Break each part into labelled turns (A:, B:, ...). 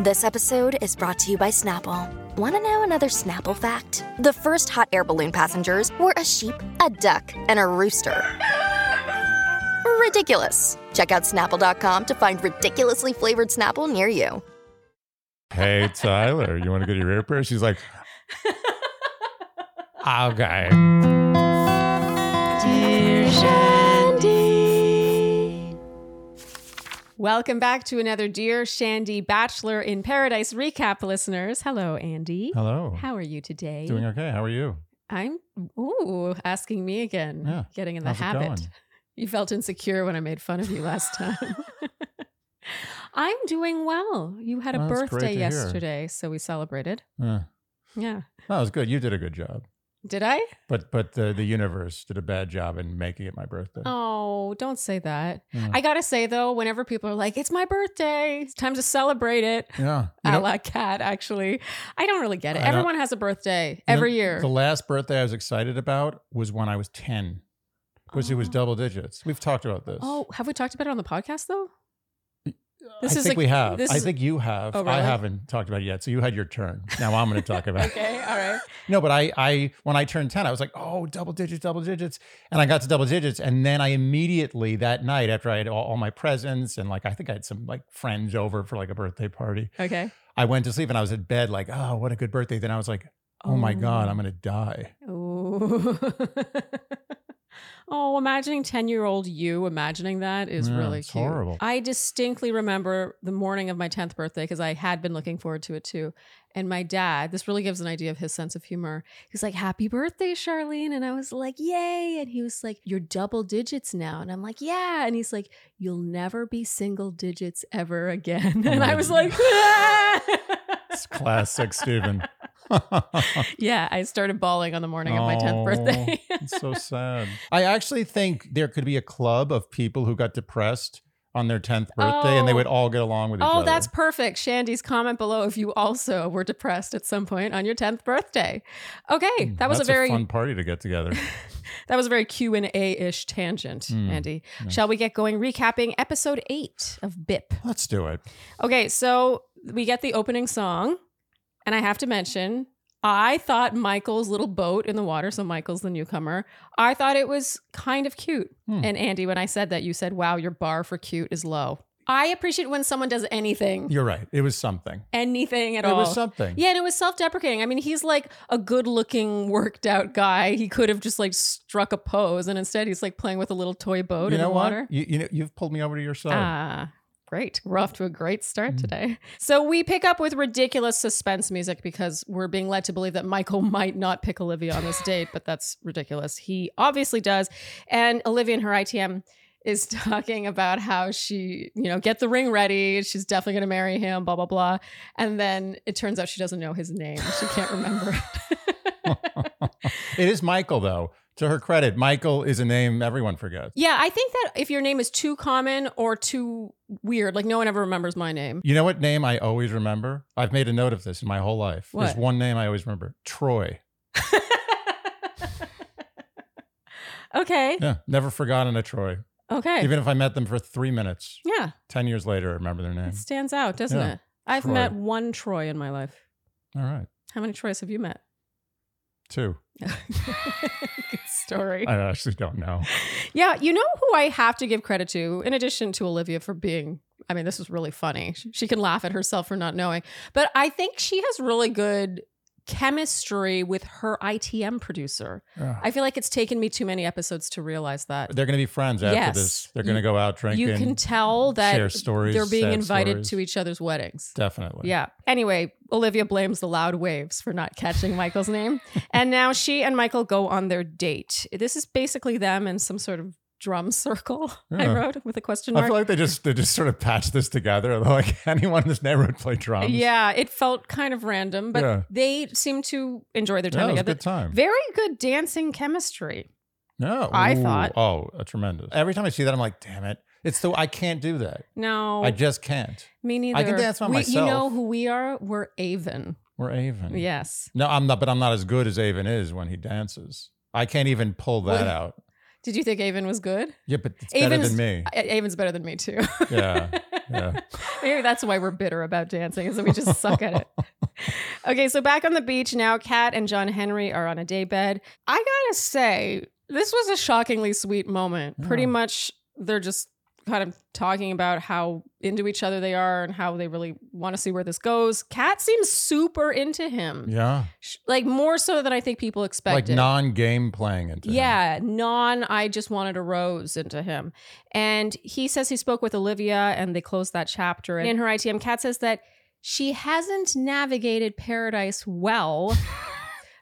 A: This episode is brought to you by Snapple. Want to know another Snapple fact? The first hot air balloon passengers were a sheep, a duck, and a rooster. Ridiculous. Check out snapple.com to find ridiculously flavored Snapple near you.
B: Hey, Tyler, you want to go to your ear pierce? She's like, okay.
C: Welcome back to another Dear Shandy Bachelor in Paradise recap, listeners. Hello, Andy.
B: Hello.
C: How are you today?
B: Doing okay. How are you?
C: I'm, ooh, asking me again,
B: Yeah.
C: getting in the
B: How's it
C: habit.
B: going?
C: You felt insecure when I made fun of you last time. I'm doing well. You had a
B: Well, that's great to
C: birthday
B: hear.
C: yesterday, so we celebrated.
B: Uh,
C: Yeah.
B: that was good. You did a good job.
C: Did I?
B: But but the, the universe did a bad job in making it my birthday.
C: Oh, don't say that.
B: Yeah.
C: I got to say, though, whenever people are like, it's my birthday, it's time to celebrate it.
B: yeah. You
C: a
B: know-
C: la cat, actually. I don't really get it.
B: I don't-
C: Everyone has a birthday
B: you know,
C: every year.
B: The last birthday I was excited about was when I was 10, because it was
C: Oh.
B: double digits. We've talked about this.
C: Oh, have we talked about it on the podcast though? this
B: I
C: is
B: think
C: like-
B: we have.
C: this
B: I
C: is-
B: think you have.
C: Oh,
B: I
C: really?
B: haven't talked about it yet. So you had your turn. Now I'm going to talk about it.
C: Okay, all right.
B: No, but I, I, when I turned 10, I was like, oh, double digits, double digits. And I got to double digits. And then I immediately that night, after I had all, all my presents and like, I think I had some like friends over for like a birthday party,
C: Okay.
B: I went to sleep and I was in bed, like, oh, what a good birthday. Then I was like, oh, my God, I'm going to die.
C: Ooh. oh, imagining 10-year-old you imagining that is
B: Yeah,
C: really
B: it's
C: cute.
B: horrible.
C: I distinctly remember the morning of my 10th birthday because I had been looking forward to it too. And my dad, this really gives an idea of his sense of humor. He's like, Happy birthday, Charlene. And I was like, Yay. And he was like, You're double digits now. And I'm like, Yeah. And he's like, You'll never be single digits ever again.
B: Oh
C: And
B: my
C: I was
B: God.
C: like, "Ah!"
B: It's classic Stephen.
C: Yeah. I started bawling on the morning of my 10th
B: Oh.
C: birthday.
B: It's so sad. I actually think there could be a club of people who got depressed on their 10th birthday and they
C: Oh.
B: would all get along with each
C: Oh,
B: other.
C: that's perfect. Shandy's comment below if you also were depressed at some point on your 10th birthday. Okay, that was
B: Hmm, That's
C: a very
B: fun party to get together.
C: that was a very Q&A-ish tangent,
B: Hmm,
C: Andy.
B: nice.
C: Shall we get going recapping episode 8 of BIP?
B: Let's do it.
C: Okay, so we get the opening song and I have to mention I thought Michael's little boat in the water, so Michael's the newcomer. I thought it was kind of cute.
B: Hmm.
C: And Andy, when I said that, you said, "Wow, your bar for cute is low." I appreciate when someone does anything,
B: You're right. It was something.
C: anything at
B: it
C: all.
B: was something.
C: Yeah, and it was self-deprecating. I mean, he's like a good-looking, worked-out guy. He could have just like struck a pose, and instead he's like playing with a little toy boat
B: you
C: in
B: know
C: the
B: what?
C: water.
B: You, you know, you've pulled me over to your side.
C: Ah, great. We're off to a great start
B: Mm.
C: today. So we pick up with ridiculous suspense music because we're being led to believe that Michael might not pick Olivia on this date, but that's ridiculous. He obviously does. And Olivia in her ITM is talking about how she, you know, get the ring ready. She's definitely going to marry him, blah, blah, blah. And then it turns out she doesn't know his name. She can't remember it.
B: it is Michael, though. To her credit, Michael is a name everyone forgets.
C: yeah, I think that if your name is too common or too weird, like no one ever remembers my name.
B: You know what name I always remember? I've made a note of this in my whole life. There's
C: What?
B: one name I always remember Troy.
C: okay.
B: Yeah, never forgotten a Troy.
C: Okay.
B: Even if I met them for three minutes,
C: yeah.
B: 10 years later, I remember their name.
C: It stands out, doesn't
B: Yeah.
C: it? I've
B: Troy.
C: met one Troy in my life.
B: All right,
C: How many Troys have you met?
B: two.
C: Good story.
B: I actually don't know.
C: Yeah, you know who I have to give credit to, in addition to Olivia for being, I mean, this is really funny. She, she can laugh at herself for not knowing, but I think she has really good chemistry with her ITM producer.
B: Ugh.
C: I feel like it's taken me too many episodes to realize that.
B: They're going to be friends after
C: Yes.
B: this. They're
C: You-
B: going to go out drinking.
C: You can tell that
B: share stories,
C: they're being
B: sad
C: invited
B: stories.
C: to each other's weddings.
B: Definitely.
C: Yeah. Anyway, Olivia blames the loud waves for not catching Michael's name. And now she and Michael go on their date. This is basically them in some sort of drum circle,
B: Yeah.
C: I wrote with a question
B: I
C: mark.
B: feel like they just they just sort of patched this together. Like anyone in this neighborhood play drums.
C: yeah, it felt kind of random, but
B: Yeah.
C: they seem to enjoy their
B: Yeah,
C: time
B: it was a
C: together.
B: good time.
C: Very good dancing chemistry.
B: No,
C: I thought-
B: Oh, a tremendous! Every time I see that, I'm like, damn it! It's the I can't do that.
C: No,
B: I just can't.
C: me neither.
B: I can dance by
C: we,
B: myself.
C: You know who we are? We're Avon.
B: We're Avon.
C: Yes.
B: No, I'm not. But I'm not as good as Avon is when he dances. I can't even pull that
C: Well,
B: out.
C: Did you think Avon was good?
B: Yeah, but it's better
C: Avon's-
B: than me.
C: A- Avon's better than me too.
B: Yeah, yeah.
C: Maybe that's why we're bitter about dancing, is that we just suck at it. Okay, so back on the beach now, Kat and John Henry are on a daybed. I gotta say, this was a shockingly sweet moment. Pretty
B: Yeah.
C: much, they're just kind of talking about how into each other they are and how they really want to see where this goes. Kat seems super into him,
B: Yeah.
C: Sh- like more so than I think people
B: Like
C: expected.
B: non game playing into him.
C: Yeah, non I just wanted a rose into him. And he says he spoke with Olivia and they closed that chapter. And in her ITM, Kat says that she hasn't navigated paradise well.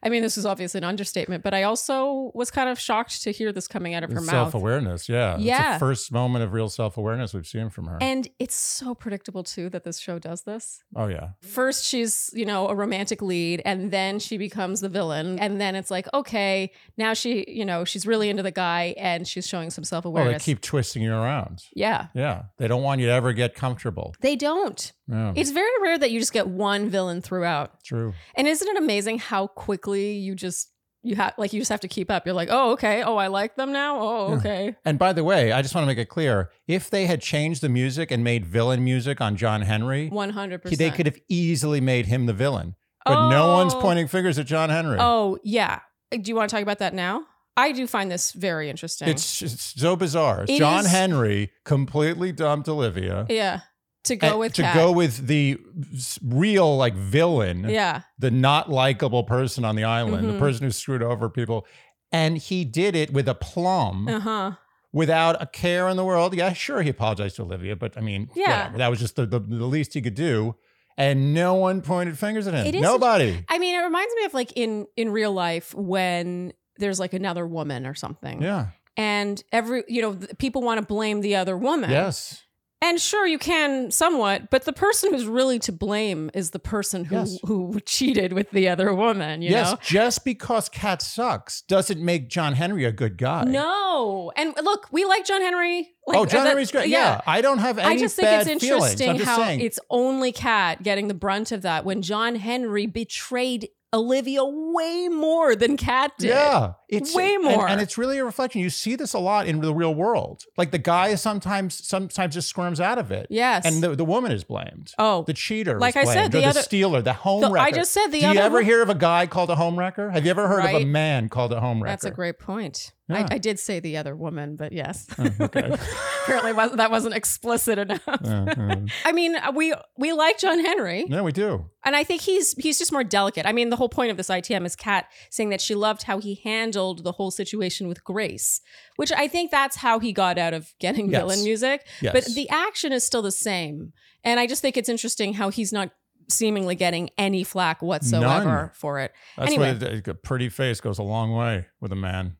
C: I mean, this is obviously an understatement, but I also was kind of shocked to hear this coming out of her
B: Self
C: mouth.
B: awareness. Yeah. It's
C: Yeah.
B: the first moment of real self awareness we've seen from her.
C: And it's so predictable, too, that this show does this.
B: oh, yeah.
C: First, she's, you know, a romantic lead, and then she becomes the villain. And then it's like, okay, now she, you know, she's really into the guy and she's showing some self
B: Well, they
C: awareness.
B: keep twisting you around.
C: Yeah.
B: Yeah. They don't want you to ever get comfortable.
C: They don't.
B: Yeah.
C: It's very rare that you just get one villain throughout.
B: true.
C: And isn't it amazing how quickly you just you have like you just have to keep up. You're like, "Oh, okay. Oh, I like them now. Oh,
B: Yeah.
C: okay."
B: And by the way, I just want to make it clear if they had changed the music and made villain music on John Henry,
C: 100%.
B: he- they could have easily made him the villain. But no one's
C: Oh.
B: pointing fingers at John Henry.
C: Oh, yeah. Do you want to talk about that now? I do find this very interesting.
B: It's, it's so bizarre.
C: It
B: John
C: is-
B: Henry completely dumped Olivia.
C: yeah. To go
B: And-
C: with
B: Eh, to
C: Kat.
B: go with the s- real like villain,
C: Yeah.
B: the not likable person on the island,
C: Mhm.
B: the person who screwed over people, and he did it with aplomb,
C: Uh-huh.
B: without a care in the world. Yeah, sure, he apologized to Olivia, but I mean,
C: Yeah.
B: whatever. that was just the, the, the least he could do. And no one pointed fingers at him.
C: It is-
B: Nobody.
C: I mean, it reminds me of like in in real life when there's like another woman or something.
B: yeah.
C: And every, you know, th- people want to blame the other woman.
B: Yes.
C: And sure, you can somewhat, but the person who's really to blame is the person who
B: Yes.
C: who cheated with the other woman. You
B: yes. Just because Cat sucks doesn't make John Henry a good guy.
C: know. No, and look, we like John Henry. Like,
B: oh, John
C: that-
B: Henry's great. Yeah. I don't have any
C: I just think
B: bad
C: it's
B: feelings.
C: interesting
B: I'm just
C: how
B: saying.
C: it's only Kat getting the brunt of that when John Henry betrayed Olivia way more than Kat did.
B: Yeah, it's
C: Way
B: and-
C: more.
B: and it's really a reflection. You see this a lot in the real world. Like the guy sometimes, sometimes just squirms out of it,
C: Yes.
B: and the, the woman is blamed.
C: oh,
B: The cheater,
C: Like I
B: was blamed,
C: said,
B: or
C: the
B: the
C: other-
B: stealer, the home
C: the-
B: wrecker.
C: I just said the
B: Do
C: other
B: you ever
C: wo-
B: hear of a guy called a home wrecker? Have you ever heard of a
C: Right.
B: man called a home wrecker?
C: That's a great point.
B: Yeah. Oh,
C: I, I did say the other woman, but yes,
B: okay.
C: apparently was, that wasn't explicit enough.
B: Uh,
C: I mean, we we like John Henry,
B: yeah, we do.
C: and I think he's he's just more delicate. I mean, the whole point of this ITM is Kat saying that she loved how he handled the whole situation with grace, which I think that's how he got out of getting
B: Yes.
C: villain music.
B: Yes.
C: But the action is still the same, and I just think it's interesting how he's not seemingly getting any flack whatsoever
B: None.
C: for it.
B: That's
C: anyway.
B: what it- a pretty face goes a long way with a man.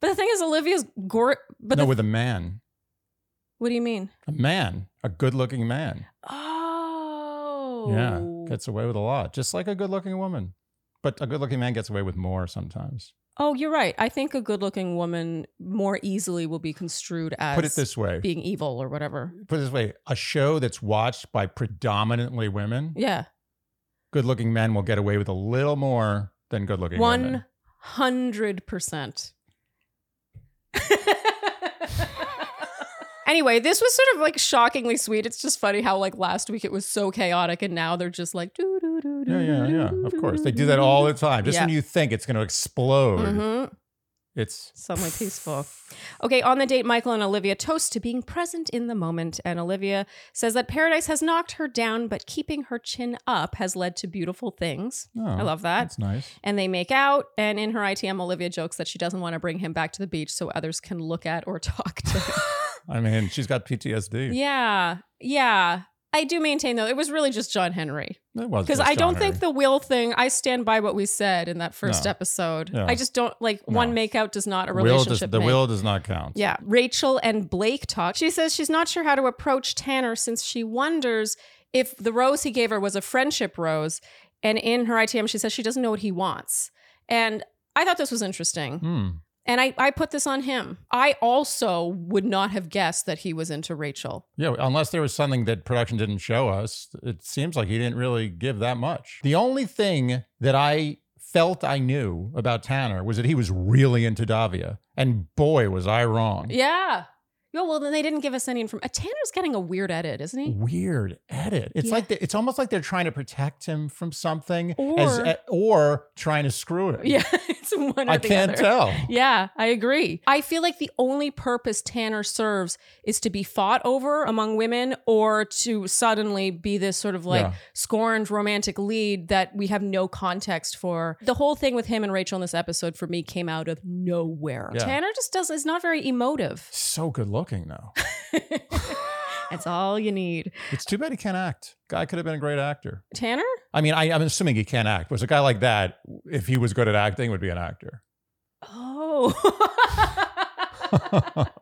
C: But the thing is, Olivia's gore. But
B: no,
C: the-
B: with a man,
C: what do you mean?
B: a man, a good-looking man.
C: Oh.
B: Yeah, gets away with a lot, just like a good looking woman. But a good looking man gets away with more sometimes.
C: oh, you're right. I think a good looking woman more easily will be construed as
B: Put it this way
C: being evil or whatever.
B: put it this way a show that's watched by predominantly women,
C: Yeah.
B: good looking men will get away with a little more than good looking women.
C: 100%. Anyway, this was sort of like shockingly sweet. It's just funny how like last week it was so chaotic and now they're just like doo doo doo doo.
B: Yeah, yeah, yeah. Of course. They do that all the time. Just when
C: Yeah.
B: you think it's going to explode,
C: Mm-hmm.
B: it's
C: Suddenly peaceful. Okay, on the date, Michael and Olivia toast to being present in the moment. And Olivia says that paradise has knocked her down, but keeping her chin up has led to beautiful things.
B: Oh,
C: I love that.
B: That's nice.
C: And they make out. And in her ITM, Olivia jokes that she doesn't want to bring him back to the beach so others can look at or talk to him.
B: I mean, she's got PTSD.
C: yeah, yeah. I do maintain, though, it was really just John Henry.
B: It was
C: Because
B: just
C: I don't
B: John
C: think
B: Henry.
C: the will thing, I stand by what we said in that first
B: No.
C: episode.
B: Yeah.
C: I just don't like one
B: No.
C: makeout does not a
B: will
C: relationship.
B: does, the
C: make.
B: will does not count.
C: Yeah. Rachel and Blake talk. She says she's not sure how to approach Tanner since she wonders if the rose he gave her was a friendship rose. And in her ITM, she says she doesn't know what he wants. And I thought this was interesting.
B: Hmm.
C: And I, I put this on him. I also would not have guessed that he was into Rachel.
B: Yeah, unless there was something that production didn't show us, it seems like he didn't really give that much. The only thing that I felt I knew about Tanner was that he was really into Davia. And boy, was I wrong.
C: Yeah. Yeah, well, then they didn't give us any information. Tanner's getting a weird edit, isn't
B: Mm-hmm.
C: he?
B: Weird edit. It's
C: Yeah.
B: like the, it's almost like they're trying to protect him from something, as, e,
C: Or-
B: or trying to screw him.
C: Yeah, it's one or
B: I
C: the
B: can't
C: other.
B: tell.
C: Yeah, I agree. I feel like the only purpose Tanner serves is to be fought over among women or to suddenly be this sort of like
B: Yeah.
C: scorned romantic lead that we have no context for. The whole thing with him and Rachel in this episode for me came out of nowhere.
B: Yeah.
C: Tanner just does is not very emotive.
B: So good looking though.
C: That's all you need.
B: It's too bad he can't act. Guy could have been a great actor.
C: Tanner?
B: I mean, I, I'm assuming he can't act. Was a guy like that, if he was good at acting, would be an actor.
C: Oh.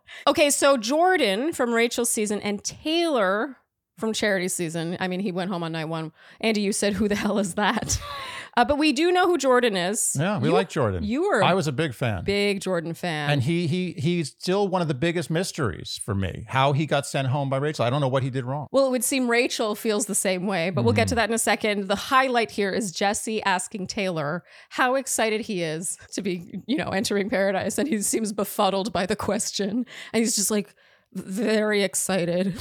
C: okay, so Jordan from Rachel's season and Taylor from Charity season. I mean, he went home on night one. Andy, you said, "Who the hell is that?" Uh, but we do know who Jordan is.
B: Yeah, we
C: You-
B: like Jordan.
C: You were a
B: I was a big fan.
C: big Jordan fan.
B: and he he he's still one of the biggest mysteries for me. How he got sent home by Rachel. I don't know what he did wrong.
C: well, it would seem Rachel feels the same way, but we'll get to that in a second. The highlight here is Jesse asking Taylor how excited he is to be, you know, entering paradise, and he seems befuddled by the question, and he's just like very excited.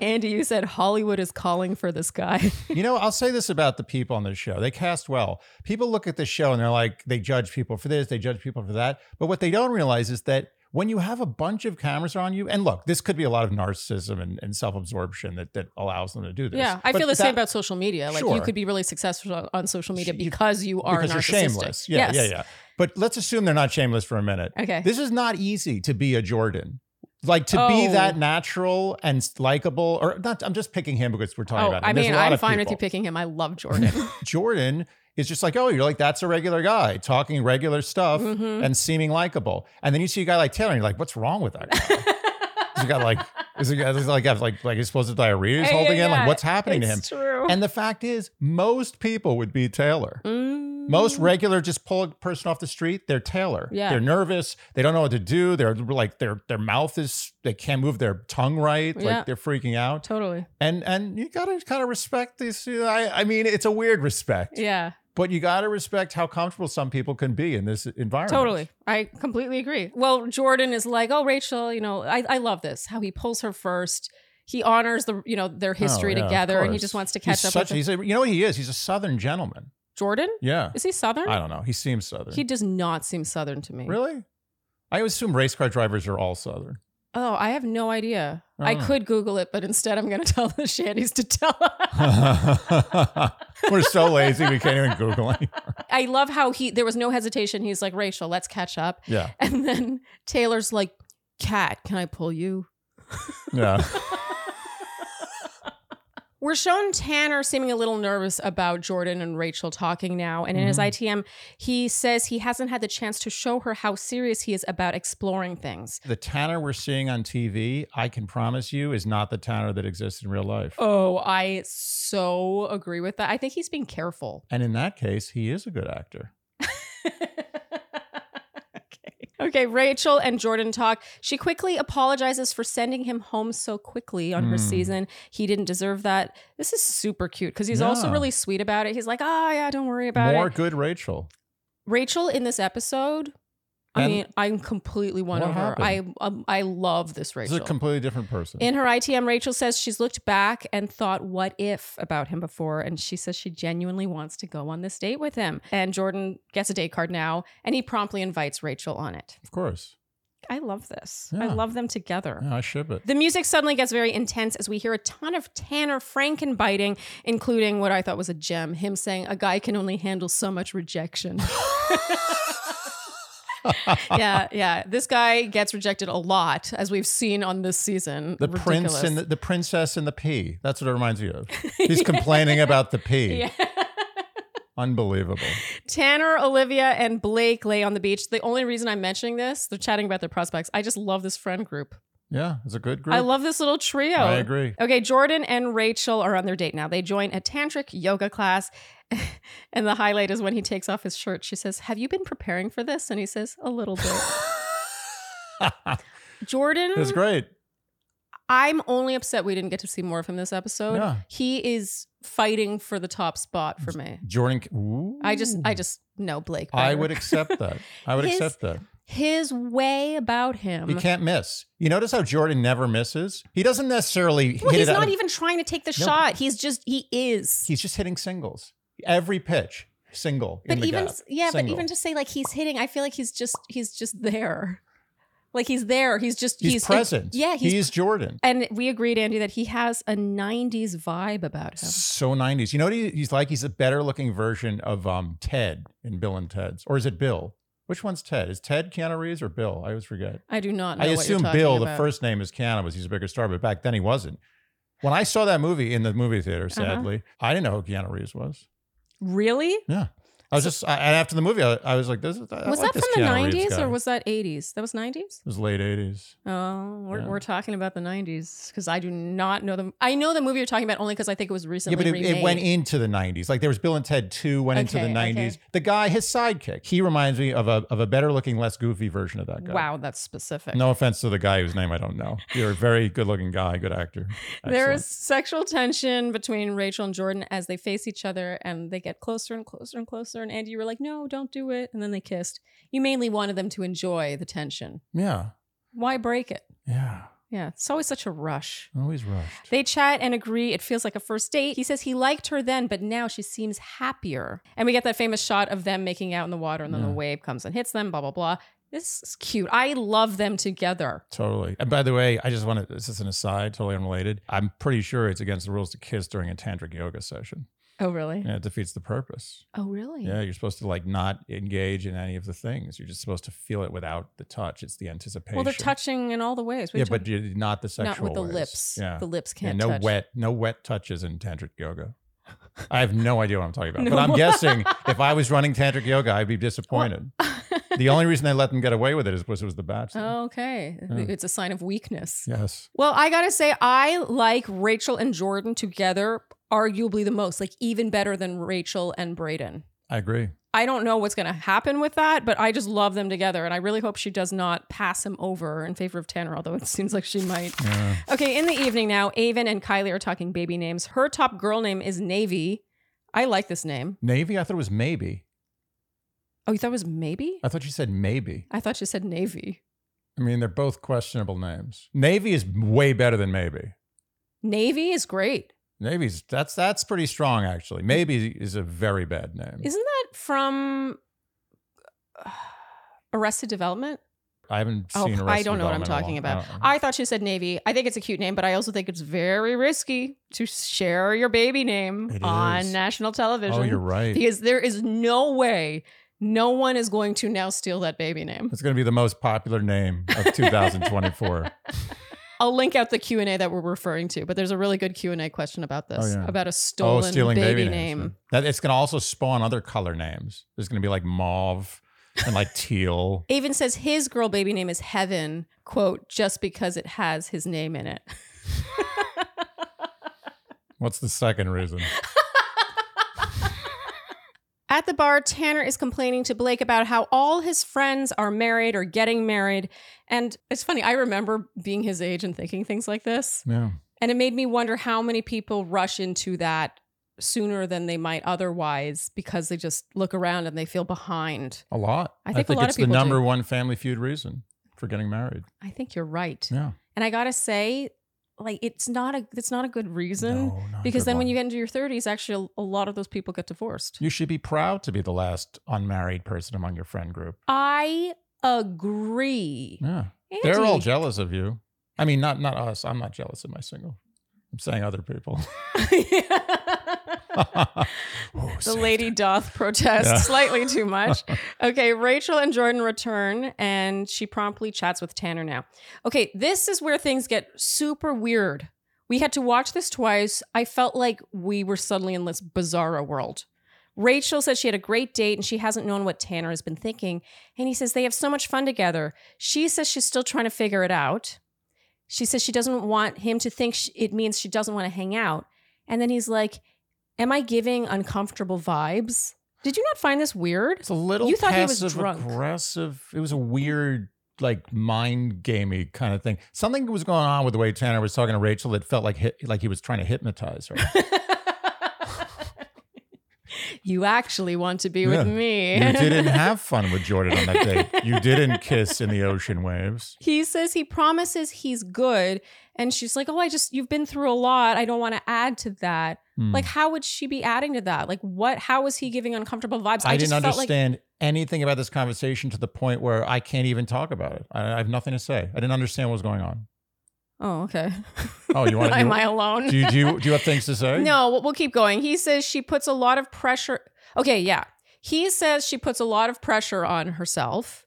C: Andy, you said Hollywood is calling for this guy.
B: You know, I'll say this about the people on this show. They cast well. People look at the show and they're like, they judge people for this, they judge people for that. But what they don't realize is that when you have a bunch of cameras on you, and look, this could be a lot of narcissism and, and self absorption that, that allows them to do this.
C: Yeah, I
B: But
C: feel the same
B: that-
C: about social media. Like you
B: Sure.
C: could be really successful on, on social media
B: You-
C: because you are
B: because you're
C: narcissistic.
B: shameless. Yeah,
C: Yes.
B: yeah, yeah. But let's assume they're not shameless for a minute.
C: Okay.
B: This is not easy to be a Jordan. Like to be
C: Oh.
B: that natural and likable, or not. I'm just picking him because we're talking
C: Oh,
B: about. Him.
C: I
B: There's
C: mean,
B: a lot
C: I'm
B: of
C: fine with
B: people.
C: you picking him. I love Jordan.
B: Jordan is just like, oh, you're like, that's a regular guy talking regular stuff
C: Mm-hmm.
B: and seeming likable. And then you see a guy like Taylor, and you're like, what's wrong with that guy? He's got like, is he got is he like, have, like, like he's supposed to diarrhea he's
C: Yeah,
B: holding
C: yeah,
B: in?
C: yeah.
B: Like, what's happening to him?
C: It's true.
B: And the fact is, most people would be Taylor.
C: Mm,
B: Most regular just pull a person off the street, they're Taylor.
C: Yeah.
B: They're nervous. They don't know what to do. They're like their their mouth is they can't move their tongue right.
C: Yeah.
B: Like they're freaking out.
C: totally.
B: And and you gotta kind of respect these. you know, I, I mean, it's a weird respect.
C: Yeah,
B: But you gotta respect how comfortable some people can be in this environment.
C: totally. I completely agree. Well, Jordan is like, oh, Rachel, you know, I, I love this. How he pulls her first. He honors the, you know, their
B: Oh,
C: history
B: yeah, of
C: together, and he
B: course.
C: just wants to catch
B: He's
C: up.
B: Such,
C: with
B: he's a, you know what he is? He's a southern gentleman.
C: Jordan.
B: Yeah.
C: Is he Southern?
B: I don't know. He seems southern.
C: He does not seem Southern to me.
B: really? I always assume race car drivers are all southern.
C: Oh, I have no idea. I
B: Oh.
C: could Google it, but instead I'm going to tell the shanties to tell us.
B: We're so lazy we can't even Google it.
C: I love how he, there was no hesitation. He's like, Rachel, let's catch up.
B: Yeah.
C: And then Taylor's like, Cat, can I pull you?
B: Yeah.
C: We're shown Tanner seeming a little nervous about Jordan and Rachel talking now. And in his ITM, he says he hasn't had the chance to show her how serious he is about exploring things.
B: The Tanner we're seeing on TV, I can promise you, is not the Tanner that exists in real life.
C: Oh, I so agree with that. I think he's being careful.
B: And in that case, he is a good actor.
C: okay. Okay, Rachel and Jordan talk. She quickly apologizes for sending him home so quickly on her
B: Mm.
C: season. He didn't deserve that. This is super cute because he's also
B: Yeah.
C: really sweet about it. He's like, "Ah, yeah, don't worry about
B: More
C: it."
B: good Rachel.
C: Rachel in this episode, I
B: And-
C: mean, I'm completely won
B: What
C: over. I um, I love this
B: This is
C: Rachel.
B: a completely different person.
C: In her ITM, Rachel says she's looked back and thought, what if about him before? And she says she genuinely wants to go on this date with him. And Jordan gets a date card now, and he promptly invites Rachel on it.
B: of course.
C: I love this. I
B: Yeah.
C: love them together.
B: Yeah, I ship it.
C: The music suddenly gets very intense as we hear a ton of Tanner Frankenbiting, including what I thought was a gem him saying, A guy can only handle so much rejection. yeah, yeah. This guy gets rejected a lot, as we've seen on this season.
B: The prince and the, the princess and the pea. That's what it reminds me of. He's complaining about the pea. Unbelievable.
C: Tanner, Olivia, and Blake lay on the beach. The only reason I'm mentioning this, they're chatting about their prospects. I just love this friend group.
B: Yeah, it's a good group.
C: I love this little trio.
B: I agree.
C: Okay, Jordan and Rachel are on their date now. They join a tantric yoga class. And the highlight is when he takes off his shirt. She says, Have you been preparing for this? And he says, A little bit.
B: It's
C: Jordan,
B: great.
C: I'm only upset we didn't get to see more of him this episode.
B: Yeah.
C: He is fighting for the top spot for me.
B: Jordan. Ooh.
C: I just, I just know Blake.
B: I
C: better.
B: would accept that. I would
C: His-
B: accept that.
C: His way about him.
B: He can't miss. You notice how Jordan never misses. He doesn't necessarily
C: well,
B: hit
C: he's
B: it out
C: not
B: of-
C: even trying to take the shot. He's just, he is.
B: He's just hitting singles. Every pitch, single. in
C: but
B: the
C: even,
B: gap,
C: yeah, but
B: single.
C: even to say like he's hitting, I feel like he's just, he's just there. Like he's there. He's just,
B: he's,
C: he's
B: present.
C: yeah, he's-
B: he is Jordan.
C: And we agreed, Andy, that he has a 90s vibe about him.
B: So 90s. You know what he, he's like? He's a better looking version of um, Ted in Bill and Ted's. Or is it Bill? Which one's Ted? Is Ted Keanu Reeves or Bill? I always forget.
C: I do not know.
B: I
C: what you're
B: assume
C: talking
B: Bill, the
C: about.
B: first name is Keanu, was he's a bigger star, but back then he wasn't. When I saw that movie in the movie theater,
C: Uh-huh.
B: sadly, I didn't know who Keanu Reeves was.
C: Really?
B: Yeah. I was just, I, and after the movie, I, I was like, this is, I
C: was
B: like
C: that
B: this
C: from the
B: Keanu Reeves
C: 90s
B: guy.
C: or was that 80s? That was 90s?
B: it was late 80s.
C: Oh, we're,
B: Yeah.
C: we're talking about the 90s because I do not know them. I know the movie you're talking about only because I think it was recently
B: Yeah, but it,
C: remade.
B: it went into the 90s. Like there was Bill and Ted 2 went into
C: Okay,
B: the 90s.
C: okay.
B: The guy, his sidekick, he reminds me of a, of a better looking, less goofy version of that guy.
C: Wow, that's specific.
B: No offense to the guy whose name I don't know. You're a very good looking guy, good actor.
C: There
B: Excellent.
C: is sexual tension between Rachel and Jordan as they face each other and they get closer and closer and closer. And Andy, you were like, no, don't do it. And then they kissed. You mainly wanted them to enjoy the tension.
B: Yeah.
C: Why break it?
B: Yeah.
C: Yeah, it's always such a rush.
B: Always rushed.
C: They chat and agree it feels like a first date. He says he liked her then, but now she seems happier. And we get that famous shot of them making out in the water and then the
B: Yeah.
C: wave comes and hits them, blah, blah, blah. This is cute. I love them together.
B: Totally. And by the way, I just want to, this is an aside, totally unrelated. I'm pretty sure it's against the rules to kiss during a tantric yoga session.
C: Oh, really?
B: And it defeats the purpose.
C: Oh, really?
B: Yeah, you're supposed to like not engage in any of the things. You're just supposed to feel it without the touch. It's the anticipation.
C: Well, they're touching in all the ways. What are
B: Yeah,
C: you
B: but
C: talking-
B: you- not the sexual
C: not with the
B: ways.
C: lips.
B: Yeah.
C: The lips
B: Yeah,
C: can't
B: no
C: touch.
B: wet, no wet touches in tantric yoga. I have no idea what I'm talking about,
C: No.
B: but I'm guessing if I was running tantric yoga, I'd be disappointed. the only reason they let them get away with it is because it was the bachelor.
C: Oh. okay.
B: Yeah.
C: It's a sign of weakness.
B: Yes.
C: Well, I gotta say, I like Rachel and Jordan together arguably the most, like even better than Rachel and Brayden.
B: I agree.
C: I don't know what's going to happen with that, but I just love them together. And I really hope she does not pass him over in favor of Tanner, although it seems like she might.
B: Yeah.
C: Okay, in the evening now, Avon and Kylie are talking baby names. Her top girl name is Navy. I like this name.
B: Navy, I thought it was maybe.
C: Oh, you thought it was maybe?
B: I thought you said maybe.
C: I thought she said Navy.
B: I mean, they're both questionable names. Navy is way better than maybe.
C: Navy is great.
B: Navy's that's that's pretty strong actually. Maybe is a very bad name.
C: Isn't that from uh, Arrested Development?
B: I haven't
C: Oh,
B: seen.
C: I
B: Arrested
C: don't know what
B: Development in
C: I'm
B: a Oh,
C: talking
B: long-
C: about.
B: I don't-
C: I thought she said Navy. I think it's a cute name, but I also think it's very risky to share your baby name
B: It
C: on
B: is.
C: national television.
B: oh, you're right.
C: Because there is no way no one is going to now steal that baby name.
B: It's going to be the most popular name of Oh, 2024.
C: I'll link out the Q&A that we're referring to, but there's a really good Q&A question about this,
B: Oh, yeah.
C: about a stolen baby, name.
B: names. That it's going to also spawn other color names. There's going to be like mauve and like teal.
C: Avon says his girl baby name is Heaven, quote, just because it has his name in it.
B: What's the second reason?
C: At the bar, Tanner is complaining to Blake about how all his friends are married or getting married. And it's funny, I remember being his age and thinking things like this.
B: Yeah.
C: And it made me wonder how many people rush into that sooner than they might otherwise because they just look around and they feel behind.
B: A lot.
C: I think a lot
B: it's
C: of
B: the
C: people
B: number
C: do.
B: one family feud reason for getting married.
C: I think you're right.
B: Yeah.
C: And I got to say, like it's not a it's not a good reason
B: No, not a
C: because
B: good
C: then when
B: one.
C: you get into your 30s actually a, a lot of those people get divorced.
B: you should be proud to be the last unmarried person among your friend group.
C: I agree.
B: Yeah. They're all
C: Andy.
B: jealous of you. I mean, not not us. I'm not jealous of my single. I'm saying other people. Ooh,
C: The
B: saved
C: lady doth protest
B: Yeah.
C: slightly too much. Okay, Rachel and Jordan return and she promptly chats with Tanner now. Okay, this is where things get super weird. We had to watch this twice. I felt like we were suddenly in this bizarro world. Rachel says she had a great date and she hasn't known what Tanner has been thinking. And he says they have so much fun together. She says she's still trying to figure it out. She says she doesn't want him to think sh it means she doesn't want to hang out. And then he's like, Am I giving uncomfortable vibes? Did you not find this weird?
B: It's a little
C: You thought he was
B: passive
C: drunk.
B: aggressive. It was a weird, like mind gamey kind of thing. Something was going on with the way Tanner was talking to Rachel that felt like hi- like he was trying to hypnotize her.
C: you actually want to be
B: Yeah.
C: with me.
B: You didn't have fun with Jordan on that date. You didn't kiss in the ocean waves.
C: He says he promises he's good. And she's like, Oh, I just, you've been through a lot. I don't want to add to that.
B: Hmm.
C: Like, how would she be adding to that? Like, what, how is he giving uncomfortable vibes?
B: I, didn't
C: just felt like,
B: understand anything about this conversation to the point where I can't even talk about it. I, I have nothing to say. I didn't understand what was going on.
C: Oh, okay.
B: Oh, you want to?
C: Am I alone?
B: do you do you, do you have things to say?
C: No, we'll- we'll keep going. He says she puts a lot of pressure. Okay, yeah. He says she puts a lot of pressure on herself.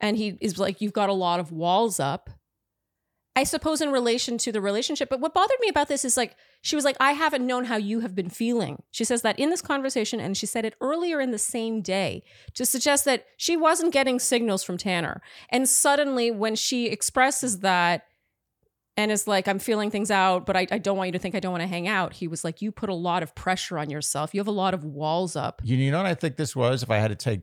C: And he is like, You've got a lot of walls up. I suppose in relation to the relationship. But what bothered me about this is like, she was like, I haven't known how you have been feeling. She says that in this conversation, and she said it earlier in the same day to suggest that she wasn't getting signals from Tanner. And suddenly, when she expresses that, and is like, I'm feeling things out, but I, I don't want you to think I don't want to hang out. He was like, You put a lot of pressure on yourself. You have a lot of walls up.
B: You, you know what I think this was? If I had to take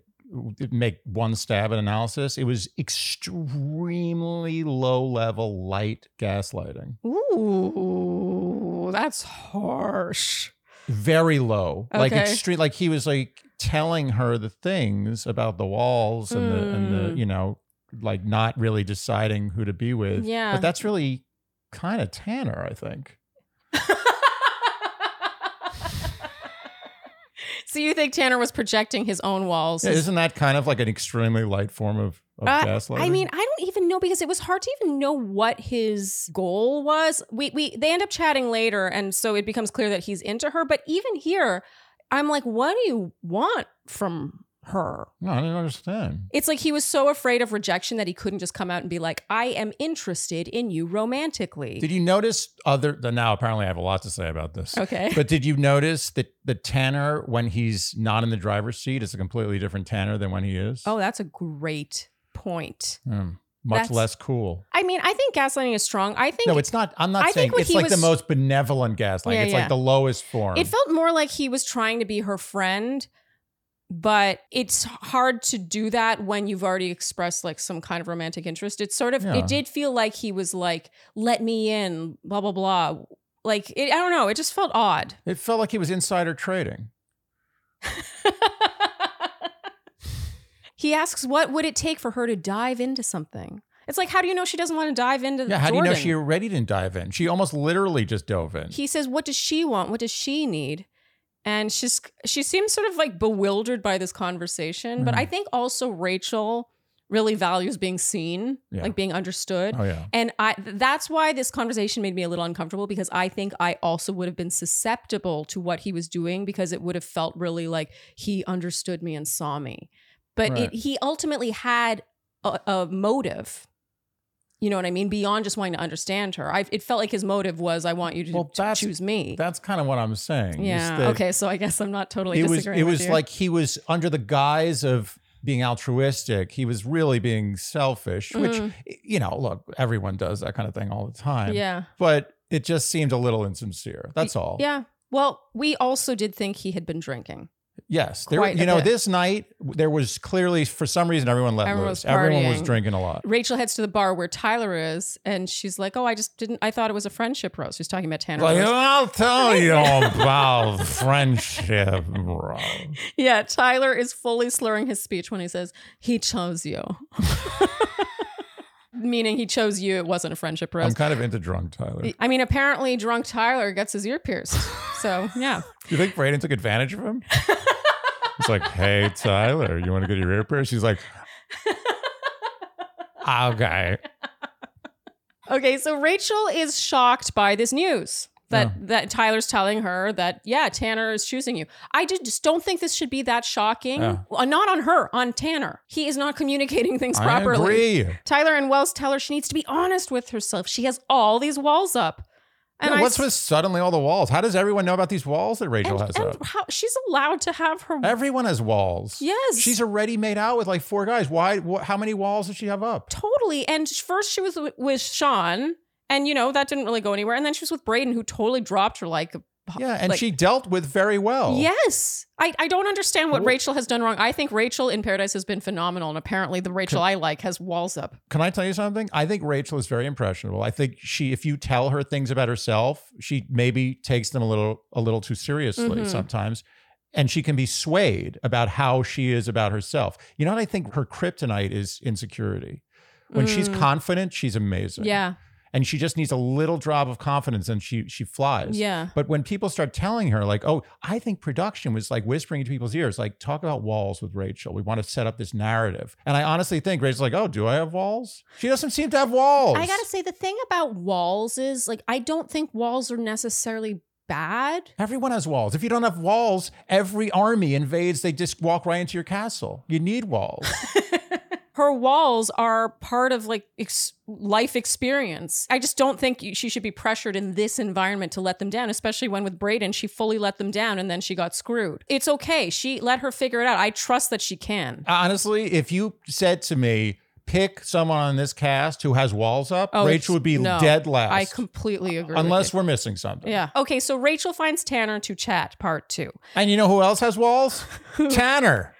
B: make one stab at analysis, it was extremely low level light gaslighting.
C: Ooh, that's harsh.
B: Very low. Like
C: Okay.
B: extreme like he was like telling her the things about the walls and the and
C: Mm.
B: the, you know, like not really deciding who to be with.
C: Yeah.
B: But that's really kind of Tanner, I think.
C: so you think Tanner was projecting his own walls?
B: Yeah, isn't that kind of like an extremely light form of, of
C: Uh,
B: gaslighting?
C: I mean, I don't even know because it was hard to even know what his goal was. We we they end up chatting later, and so it becomes clear that he's into her. But even here, I'm like, what do you want from her?
B: no, I don't understand.
C: It's like he was so afraid of rejection that he couldn't just come out and be like, I am interested in you romantically.
B: Did you notice other? Now, apparently, I have a lot to say about this.
C: okay.
B: But did you notice that the Tanner, when he's not in the driver's seat, is a completely different Tanner than when he is?
C: oh, that's a great point.
B: Hmm. much
C: that's-
B: less cool.
C: I mean, I think gaslighting is strong. I think
B: No, it's not. I'm not
C: I think
B: saying
C: what
B: it's
C: he
B: like the
C: was-
B: most benevolent gaslighting.
C: Yeah,
B: it's
C: yeah.
B: like the lowest form.
C: It felt more like he was trying to be her friend, but it's hard to do that when you've already expressed like some kind of romantic interest. It sort of
B: Yeah.
C: it did feel like he was like, "Let me in," blah blah blah. Like it, I don't know, it just felt odd.
B: It felt like he was insider trading.
C: he asks, "What would it take for her to dive into something?" It's like, how do you know she doesn't want to dive into?
B: Yeah, how do you know
C: Jordan?
B: she already didn't dive in? She almost literally just dove in.
C: he says, "What does she want? What does she need?" And she's she seems sort of like bewildered by this conversation, but
B: Mhm.
C: I think also Rachel really values being seen,
B: Yeah.
C: like being understood.
B: oh yeah,
C: And I th- that's why this conversation made me a little uncomfortable because I think I also would have been susceptible to what he was doing because it would have felt really like he understood me and saw me. But
B: Right.
C: it, he ultimately had a, a motive. You know what I mean? Beyond just wanting to understand her. I it felt like his motive was I want you to,
B: Well,
C: to
B: that's-
C: choose me.
B: that's kind of what I'm saying. is
C: yeah.
B: that
C: Okay, so I guess I'm not totally
B: it was
C: disagreeing
B: it
C: with
B: was
C: you.
B: like he was under the guise of being altruistic he was really being selfish
C: Mm.
B: which you know look everyone does that kind of thing all the time
C: Yeah.
B: but it just seemed a little insincere that's all
C: Yeah. Well, we also did think he had been drinking.
B: yes there
C: Quite a
B: you know
C: bit.
B: this night there was clearly for some reason everyone let
C: Everyone
B: loose
C: was
B: everyone was
C: partying.
B: drinking a lot
C: Rachel heads to the bar where Tyler is, and she's like, "Oh, I just didn't. I thought it was a friendship roast." She's talking about Tanner.
B: like,
C: roast.
B: I'll tell you about friendship, bro.
C: Yeah, Tyler is fully slurring his speech when he says he chose you, meaning he chose you. It wasn't a friendship
B: I'm
C: roast.
B: kind of into drunk Tyler. Do
C: I mean, apparently, drunk Tyler gets his ear pierced. So yeah,
B: you think Braden took advantage of him? It's like, hey, Tyler, you want to get your ear pierced? She's like, okay.
C: okay. So Rachel is shocked by this news. That,
B: Yeah.
C: that Tyler's telling her that yeah Tanner is choosing you. I did, just don't think this should be that shocking.
B: Yeah.
C: Uh, Not on her, on Tanner. He is not communicating things properly.
B: I agree.
C: Tyler and Wells tell her she needs to be honest with herself. She has all these walls up. And
B: Yeah,
C: I
B: what's
C: s-
B: with suddenly all the walls? How does everyone know about these walls that Rachel
C: and,
B: has
C: and
B: up?
C: how she's allowed to have her
B: Everyone has walls.
C: Yes.
B: She's already made out with like four guys. Why? Wh- how many walls does she have up?
C: totally. And first she was w- with Sean, and you know that didn't really go anywhere. And then she was with Braden, who totally dropped her like. a-
B: Yeah, and
C: like-
B: she dealt with very well.
C: Yes, I, I don't understand what
B: Wh-
C: Rachel has done wrong. I think Rachel in Paradise has been phenomenal, and apparently the Rachel I like has walls up.
B: Can I tell you something? I think Rachel is very impressionable. I think she, if you tell her things about herself, she maybe takes them a little, a little too seriously
C: Mhm.
B: sometimes. and she can be swayed about how she is about herself. You know what I think her kryptonite is insecurity. When she's
C: Mm.
B: confident, she's amazing.
C: Yeah.
B: And she just needs a little drop of confidence and she she flies.
C: Yeah.
B: But when people start telling her, like, oh, I think production was like whispering into people's ears, like, talk about walls with Rachel. We want to set up this narrative. And I honestly think Rachel's like, oh, do I have walls? She doesn't seem to have walls.
C: I gotta say, the thing about walls is like I don't think walls are necessarily bad.
B: Everyone has walls. If you don't have walls, every army invades, they just walk right into your castle. You need walls.
C: Her walls are part of like ex- life experience. I just don't think you- she should be pressured in this environment to let them down, especially when with Brayden, she fully let them down and then she got screwed. It's okay. She let her figure it out. I trust that she can.
B: honestly, if you said to me, pick someone on this cast who has walls up,
C: Oh, it's-
B: Rachel would be
C: no.
B: dead last.
C: I completely agree. with
B: unless
C: you.
B: we're missing something.
C: yeah. Okay, so Rachel finds Tanner to chat part two.
B: And you know who else has walls? Tanner.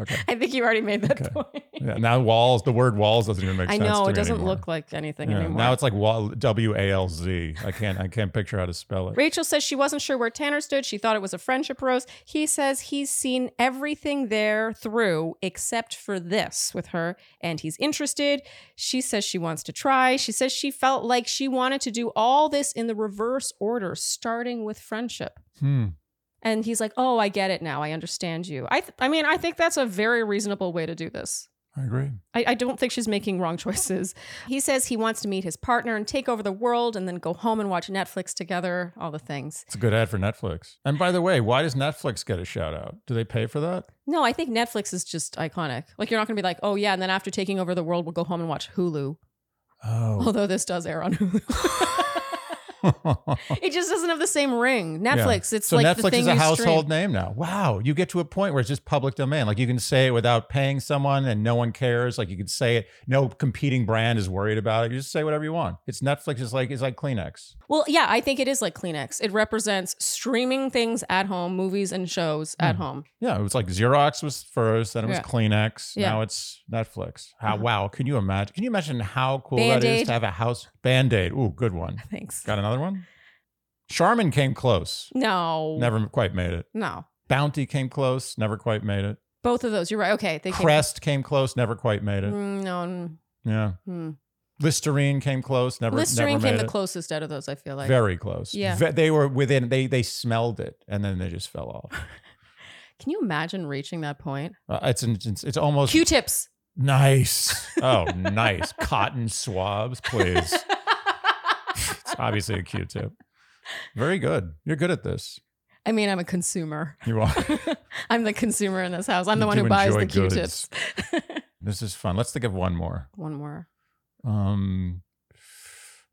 B: Okay.
C: I think you already made that
B: Okay.
C: point.
B: Yeah, now walls, the word walls doesn't even make
C: I
B: sense. to
C: know it
B: me
C: doesn't
B: anymore.
C: look like anything
B: Yeah,
C: anymore.
B: Now it's like wall, W A L Z. I can't I can't picture how to spell it.
C: Rachel says she wasn't sure where Tanner stood. She thought it was a friendship rose. He says he's seen everything there through except for this with her, and he's interested. She says she wants to try. She says she felt like she wanted to do all this in the reverse order, starting with friendship.
B: Hmm.
C: And he's like, "Oh, I get it now. I understand you." I, th- I mean, I think that's a very reasonable way to do this.
B: I agree.
C: I, I don't think she's making wrong choices. He says he wants to meet his partner and take over the world and then go home and watch Netflix together, all the things.
B: It's a good ad for Netflix. And by the way, why does Netflix get a shout out? Do they pay for that?
C: No, I think Netflix is just iconic. Like, you're not going to be like, oh, yeah, and then after taking over the world, we'll go home and watch Hulu.
B: Oh.
C: Although this does air on Hulu. it just doesn't have the same ring. Netflix, it's
B: so
C: like the
B: Netflix
C: thing
B: is a
C: you
B: household
C: stream.
B: name now. Wow, you get to a point where it's just public domain. Like you can say it without paying someone, and no one cares. Like you can say it, no competing brand is worried about it. You just say whatever you want. It's Netflix. It's like it's like Kleenex.
C: Well, yeah, I think it is like Kleenex. It represents streaming things at home, movies and shows at
B: Mhm.
C: home.
B: Yeah, it was like Xerox was first, then it was
C: Yeah.
B: Kleenex.
C: Yeah.
B: Now it's Netflix. How
C: Mhm.
B: wow? Can you imagine? Can you imagine how cool that is
C: Band-Aid.
B: to have a house Band Aid? Ooh, good one.
C: Thanks.
B: Got another one. Charmin came close.
C: No.
B: Never quite made it.
C: No.
B: Bounty came close. Never quite made it.
C: Both of those. You're right. Okay. They came.
B: Crest came close. Never quite made it.
C: Mm, no. mm,
B: Yeah.
C: mm.
B: Listerine came close. Never.
C: Listerine
B: never
C: came
B: made
C: the
B: it.
C: closest out of those. I feel like.
B: Very close.
C: Yeah.
B: Ve- they were within. They they smelled it, and then they just fell off.
C: Can you imagine reaching that point?
B: Uh, it's, it's it's almost
C: Q-tips.
B: Nice. Oh, nice. Cotton swabs, please. It's obviously a Q-tip. Very good. You're good at this.
C: I mean, I'm a consumer.
B: You are.
C: I'm the consumer in this house. I'm the
B: You
C: one who
B: do
C: buys
B: enjoy
C: the Q-tips.
B: This is fun. Let's think of one more.
C: one more.
B: Um,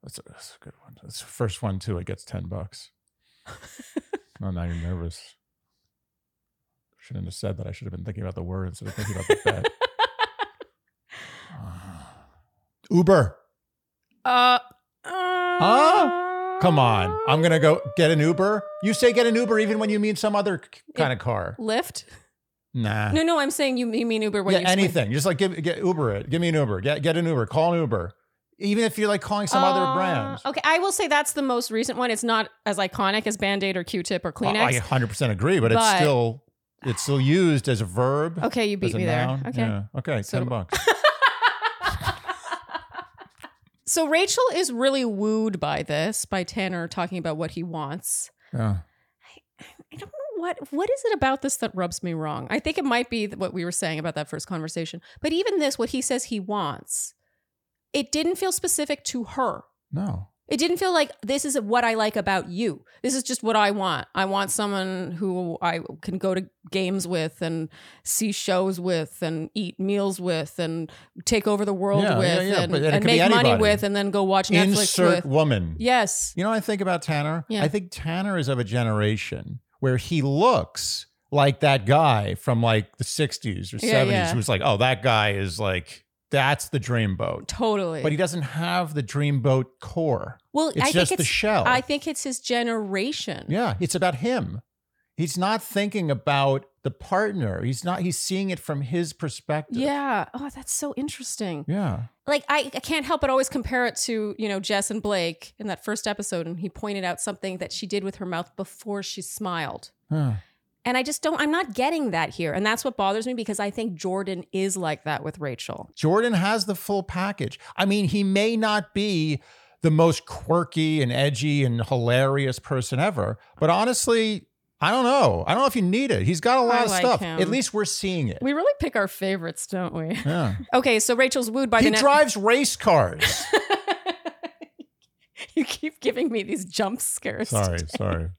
B: that's a, that's a good one. That's the first one too. It gets ten bucks. oh, now you're nervous. Shouldn't have said that. I should have been thinking about the word instead of thinking about the bet. Uh, Uber.
C: Uh.
B: Huh? Come on. I'm going to go get an Uber. You say get an Uber even when you mean some other k- kind of car.
C: Lyft?
B: Nah.
C: No, no. I'm saying you, you mean Uber when
B: yeah,
C: you explain-
B: anything. Just like give, get Uber it. Give me an Uber. Get, get an Uber. Call an Uber. Even if you're like calling some
C: Uh,
B: other brand.
C: Okay, I will say that's the most recent one. It's not as iconic as Band Aid or Q-tip or
B: I- I
C: Kleenex.
B: 100% agree, but,
C: But-
B: it's still it's still used as a verb.
C: okay, you
B: as
C: beat
B: a
C: me there.
B: noun.
C: Okay.
B: Yeah. Okay.
C: So-
B: Ten bucks.
C: So Rachel is really wooed by this, by Tanner talking about what he wants.
B: yeah.
C: I don't know what what is it about this that rubs me wrong. I think it might be what we were saying about that first conversation. But even this, what he says he wants, it didn't feel specific to her.
B: No.
C: It didn't feel like this is what I like about you. This is just what I want. I want someone who I can go to games with and see shows with and eat meals with and take over the world
B: Yeah, yeah,
C: with
B: yeah,
C: and,
B: but- and it
C: and
B: could be
C: make money
B: anybody.
C: with and then go watch Netflix
B: Insert
C: with.
B: woman.
C: Yes.
B: You know what I think about Tanner?
C: Yeah.
B: I think Tanner is of a generation where he looks like that guy from like the 60s or
C: Yeah,
B: 70s
C: yeah.
B: who's like, oh, that guy is like, that's the dream boat.
C: Totally.
B: But he doesn't have the dream boat core.
C: well,
B: It's
C: I
B: just
C: think
B: the
C: it's
B: shell.
C: I think it's his generation.
B: yeah, it's about him. He's not thinking about the partner. He's not. He's seeing it from his perspective.
C: Yeah. Oh, that's so interesting.
B: Yeah.
C: Like I, I can't help but always compare it to, you know, Jess and Blake in that first episode and he pointed out something that she did with her mouth before she smiled.
B: Huh.
C: And I just don't I'm not getting that here. And that's what bothers me because I think Jordan is like that with Rachel.
B: Jordan has the full package. I mean, he may not be the most quirky and edgy and hilarious person ever, but honestly, I don't know. I don't know if you need it. He's got a lot
C: I
B: of
C: like
B: stuff.
C: him.
B: At least we're seeing it.
C: We really pick our favorites, don't we?
B: yeah.
C: Okay, so Rachel's wooed by
B: He
C: the net-
B: drives race cars.
C: you keep giving me these jump scares.
B: sorry, sorry.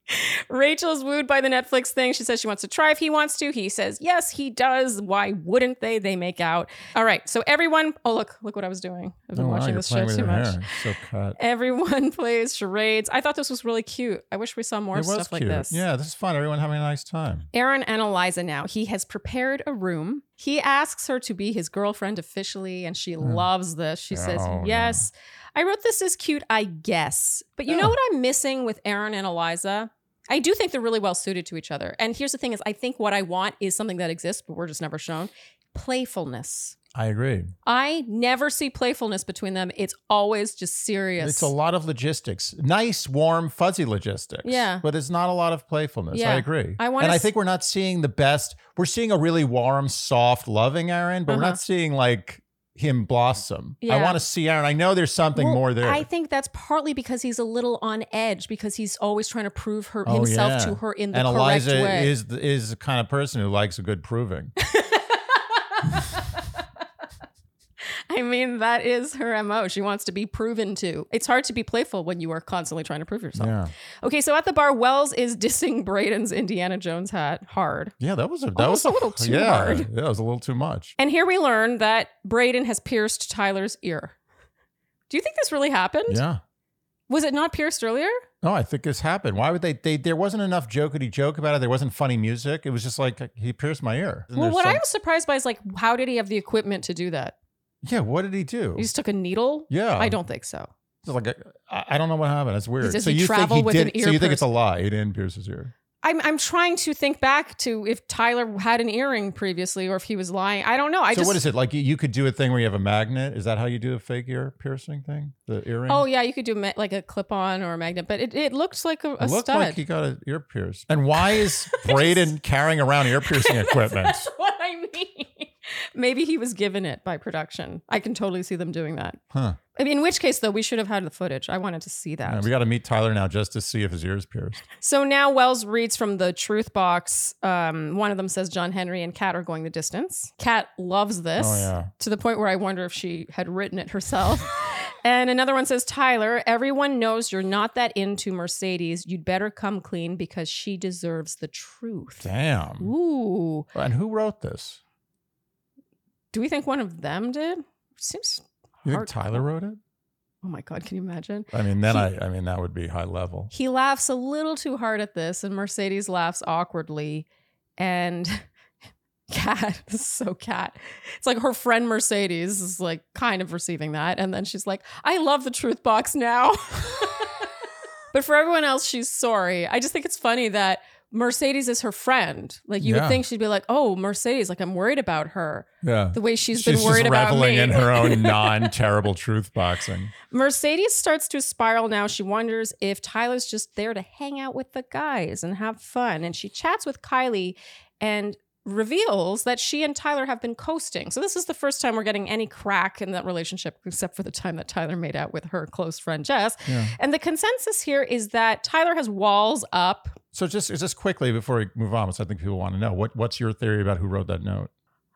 C: Rachel's wooed by the Netflix thing. She says she wants to try if he wants to. He says, yes, he does. Why wouldn't they? They make out. All right. So everyone, oh, look, look what I was doing. I've been
B: Oh, wow,
C: watching
B: you're
C: this
B: playing
C: show
B: with
C: too
B: her
C: much.
B: hair. It's So cut.
C: Everyone plays charades. I thought this was really cute. I wish we saw more
B: it was
C: stuff
B: cute.
C: like this.
B: Yeah, this is fun. Everyone having a nice time.
C: Aaron and Eliza now. He has prepared a room. He asks her to be his girlfriend officially, and she loves this. She says,
B: Hmm. Oh, no.
C: Yes, I wrote this as cute, I guess. But you know
B: Oh.
C: what I'm missing with Aaron and Eliza? I do think they're really well suited to each other. And here's the thing is I think what I want is something that exists, but we're just never shown. Playfulness.
B: I agree.
C: I never see playfulness between them. It's always just serious.
B: It's a lot of logistics. Nice, warm, fuzzy logistics.
C: Yeah.
B: But it's not a lot of playfulness.
C: Yeah.
B: I agree.
C: I wanna
B: and I
C: s-
B: think we're not seeing the best. We're seeing a really warm, soft, loving Aaron, but we're
C: Uh-huh.
B: not seeing like him blossom. I
C: Yeah.
B: want to see Aaron. I know there's something
C: Well,
B: more there.
C: I think that's partly because he's a little on edge because he's always trying to prove her
B: Oh,
C: himself
B: yeah.
C: to her in the
B: and
C: correct
B: Eliza
C: way.
B: is the, is the kind of person who likes a good proving.
C: I mean, that is her MO. She wants to be proven to. It's hard to be playful when you are constantly trying to prove yourself.
B: yeah.
C: Okay, so at the bar, Wells is dissing Braden's Indiana Jones hat hard.
B: Yeah, that was a that was
C: Almost a little too
B: yeah,
C: hard.
B: Yeah, it was a little too much.
C: And here we learn that Braden has pierced Tyler's ear. Do you think this really happened?
B: Yeah.
C: Was it not pierced earlier?
B: No, I think this happened. Why would they? They there wasn't enough jokety joke about it. There wasn't funny music. It was just like he pierced my ear. And
C: well,
B: there's
C: what I
B: some-
C: was surprised by is like, how did he have the equipment to do that?
B: yeah, what did he do?
C: He just took a needle?
B: yeah,
C: I don't think so.
B: It's like a, I I don't know what happened. It's weird.
C: does
B: so
C: he
B: you think
C: travel
B: he
C: with
B: did?
C: an ear
B: so you think it's a
C: piercing?
B: lie? He didn't pierce his ear.
C: I'm I'm trying to think back to if Tyler had an earring previously or if he was lying. I don't know. I
B: so
C: just
B: what is it like? You, you could do a thing where you have a magnet. Is that how you do a fake ear piercing thing? The earring.
C: Oh yeah, you could do ma- like a clip on or a magnet, but it, it looks like a, a
B: It looked
C: stud.
B: like he got an ear pierced. And why is Braden carrying around ear piercing equipment?
C: That's what I mean. Maybe he was given it by production. I can totally see them doing that.
B: Huh.
C: I mean, in which case though, we should have had the footage. I wanted to see that.
B: Yeah, we got to meet Tyler now just to see if his ear is pierced.
C: So now Wells reads from the truth box. Um, one of them says John Henry and Kat are going the distance. Kat loves this
B: Oh, yeah.
C: to the point where I wonder if she had written it herself. and another one says, Tyler, everyone knows you're not that into Mercedes. You'd better come clean because she deserves the truth.
B: Damn.
C: Ooh.
B: And who wrote this?
C: Do we think one of them did? Seems.
B: You think
C: hard-
B: Tyler wrote it?
C: Oh my God, can you imagine?
B: I mean, then
C: He-
B: I, I mean, that would be high level.
C: He laughs a little too hard at this, and Mercedes laughs awkwardly. And Cat, this is so cat. It's like her friend Mercedes is like kind of receiving that. And then she's like, I love the truth box now. but for everyone else, she's sorry. I just think it's funny that Mercedes is her friend. Like you
B: Yeah.
C: would think she'd be like, oh, Mercedes, like I'm worried about her.
B: Yeah.
C: The way she's
B: She's
C: been worried
B: just
C: about
B: reveling
C: me.
B: in her own non-terrible truth boxing.
C: Mercedes starts to spiral now. She wonders if Tyler's just there to hang out with the guys and have fun. And she chats with Kylie and reveals that she and Tyler have been coasting. So this is the first time we're getting any crack in that relationship, except for the time that Tyler made out with her close friend Jess.
B: Yeah.
C: And the consensus here is that Tyler has walls up.
B: So just just quickly before we move on, because I think people want to know what what's your theory about who wrote that note?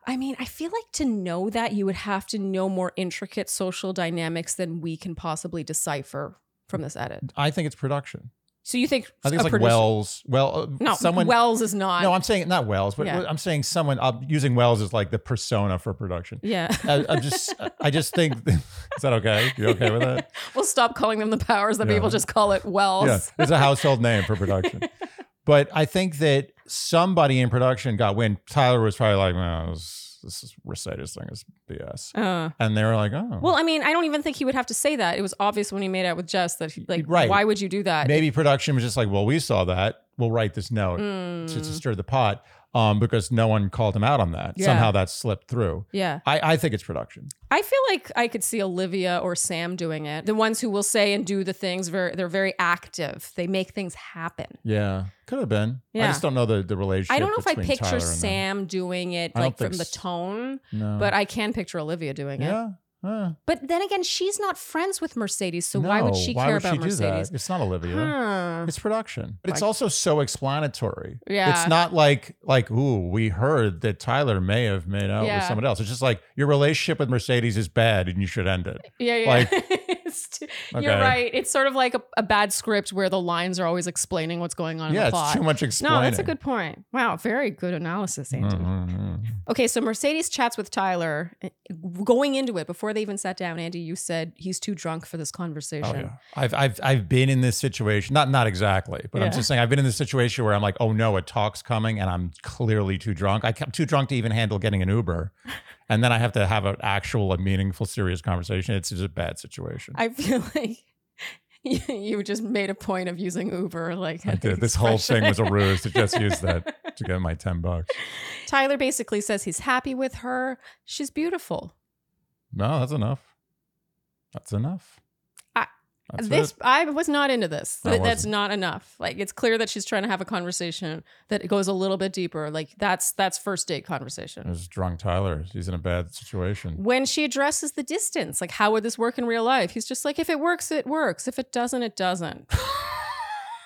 C: I mean, I feel like to know that you would have to know more intricate social dynamics than we can possibly decipher from this edit.
B: I think it's production.
C: So you think
B: I think it's
C: a
B: like
C: producer-
B: Wells. Well, uh,
C: No,
B: someone.
C: Wells is not.
B: no, I'm saying not Wells, but
C: Yeah.
B: I'm saying someone. I'm using Wells as like the persona for production.
C: yeah.
B: I, I'm just. I just think. Is that okay? You okay with that?
C: we'll stop calling them the powers that
B: Yeah.
C: people just call it Wells.
B: Yeah, it's a household name for production. but I think that somebody in production got wind. Tyler was probably like, "No, this, this is Mercedes thing is BS,"
C: Uh,
B: and they were like, "Oh,
C: well, I mean, I don't even think he would have to say that. It was obvious when he made out with Jess that he, like,
B: Right.
C: why would you do that?
B: maybe production was just like, well, we saw that. We'll write this note to, to
C: Mm.
B: stir the pot." um, because no one called him out on that.
C: Yeah.
B: Somehow that slipped through.
C: Yeah.
B: I, I think it's production.
C: I feel like I could see Olivia or Sam doing it. The ones who will say and do the things, very, they're very active. They make things happen.
B: Yeah, could have been. I
C: Yeah.
B: just don't know the the relationship.
C: I don't know if I
B: between
C: picture
B: Tyler and them.
C: Sam doing it
B: I don't
C: like
B: think
C: from the
B: s-
C: tone,
B: No.
C: but I can picture Olivia doing it.
B: yeah, yeah.
C: But then again, she's not friends with Mercedes, so why would
B: No,
C: she
B: why
C: care
B: would
C: about
B: she do that?
C: Mercedes?
B: It's not Olivia.
C: Huh.
B: It's production, but it's
C: Like-
B: also so explanatory.
C: Yeah.
B: it's not like like ooh, we heard that Tyler may have made out with
C: Yeah.
B: someone else. It's just like your relationship with Mercedes is bad, and you should end it.
C: Yeah, yeah.
B: Like-
C: It's too- You're
B: Okay.
C: right. It's sort of like a, a bad script where the lines are always explaining what's going on in
B: yeah,
C: the plot.
B: it's too much explaining.
C: no, that's a good point. Wow, very good analysis, Andy.
B: Mhm.
C: Okay, so Mercedes chats with Tyler. eh, Going into it, before they even sat down, Andy, you said he's too drunk for this conversation.
B: Oh, yeah. I've, I've, I've been in this situation, not, not exactly, but
C: Yeah.
B: I'm just saying I've been in this situation where I'm like, oh no, a talk's coming and I'm clearly too drunk. I am too drunk to even handle getting an Uber. And then I have to have an actual, a meaningful, serious conversation. It's just a bad situation.
C: I feel like you- you just made a point of using Uber. Like
B: I
C: as the
B: did. This whole thing was a
C: expression.
B: ruse to just use that to get my 10 bucks.
C: Tyler basically says he's happy with her. She's beautiful.
B: No, that's enough. That's enough.
C: I-
B: That's
C: this
B: it.
C: I was not into this.
B: I
C: Th- that's
B: wasn't.
C: not enough. Like it's clear that she's trying to have a conversation that goes a little bit deeper. Like that's that's first date conversation.
B: There's drunk Tyler. He's in a bad situation.
C: when she addresses the distance like how would this work in real life he's just like if it works it works if it doesn't it doesn't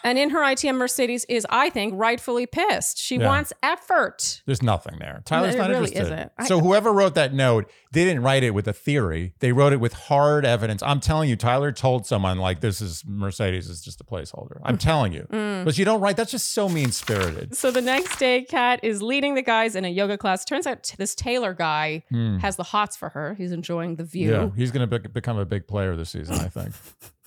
C: and in her itm mercedes is i think rightfully pissed she
B: Yeah.
C: wants effort
B: There's nothing there. Tyler's
C: it
B: not
C: really
B: interested.
C: isn't. I-
B: so whoever wrote that note, they didn't write it with a theory. They wrote it with hard evidence. I'm telling you, Tyler told someone like this is Mercedes is just a placeholder.
C: Mm.
B: I'm telling you. But you don't write. That's just so mean spirited.
C: so the next day kat is leading the guys in a yoga class turns out t- this taylor guy has the hots for her he's enjoying the view
B: Hmm. Yeah, he's going to be- become a big player this season, I think.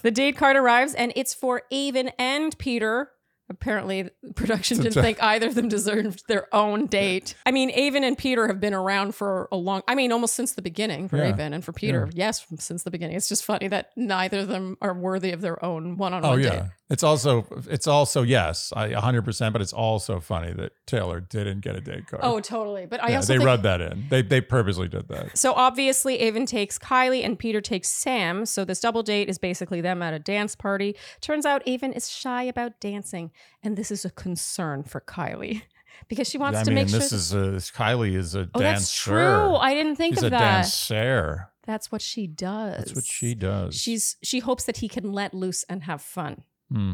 C: the date card arrives and it's for avon and peter Apparently, production
B: It's a
C: didn't
B: t-
C: think either of them deserved their own date. I mean, Avon and Peter have been around for a long. I mean, almost since the beginning for
B: Yeah.
C: Avon and for Peter. Yes, from- since the beginning. It's just funny that neither of them are worthy of their own one-on-one
B: oh
C: date.
B: yeah, it's also it's also yes, I 100. percent But it's also funny that Taylor didn't get a date card.
C: Oh, totally. But I
B: yeah,
C: also
B: they
C: think-
B: rubbed that in. They they purposely did that.
C: so obviously Avon takes Kylie and Peter takes Sam. So this double date is basically them at a dance party. Turns out Avon is shy about dancing, and this is a concern for Kylie because she wants
B: I
C: to
B: mean,
C: make sure.
B: this is a, Kylie is a dancer.
C: Oh, that's true. I didn't think
B: He's
C: of
B: a
C: that.
B: dancer.
C: That's what she does.
B: That's what she does.
C: She's she hopes that he can let loose and have fun.
B: Hmm.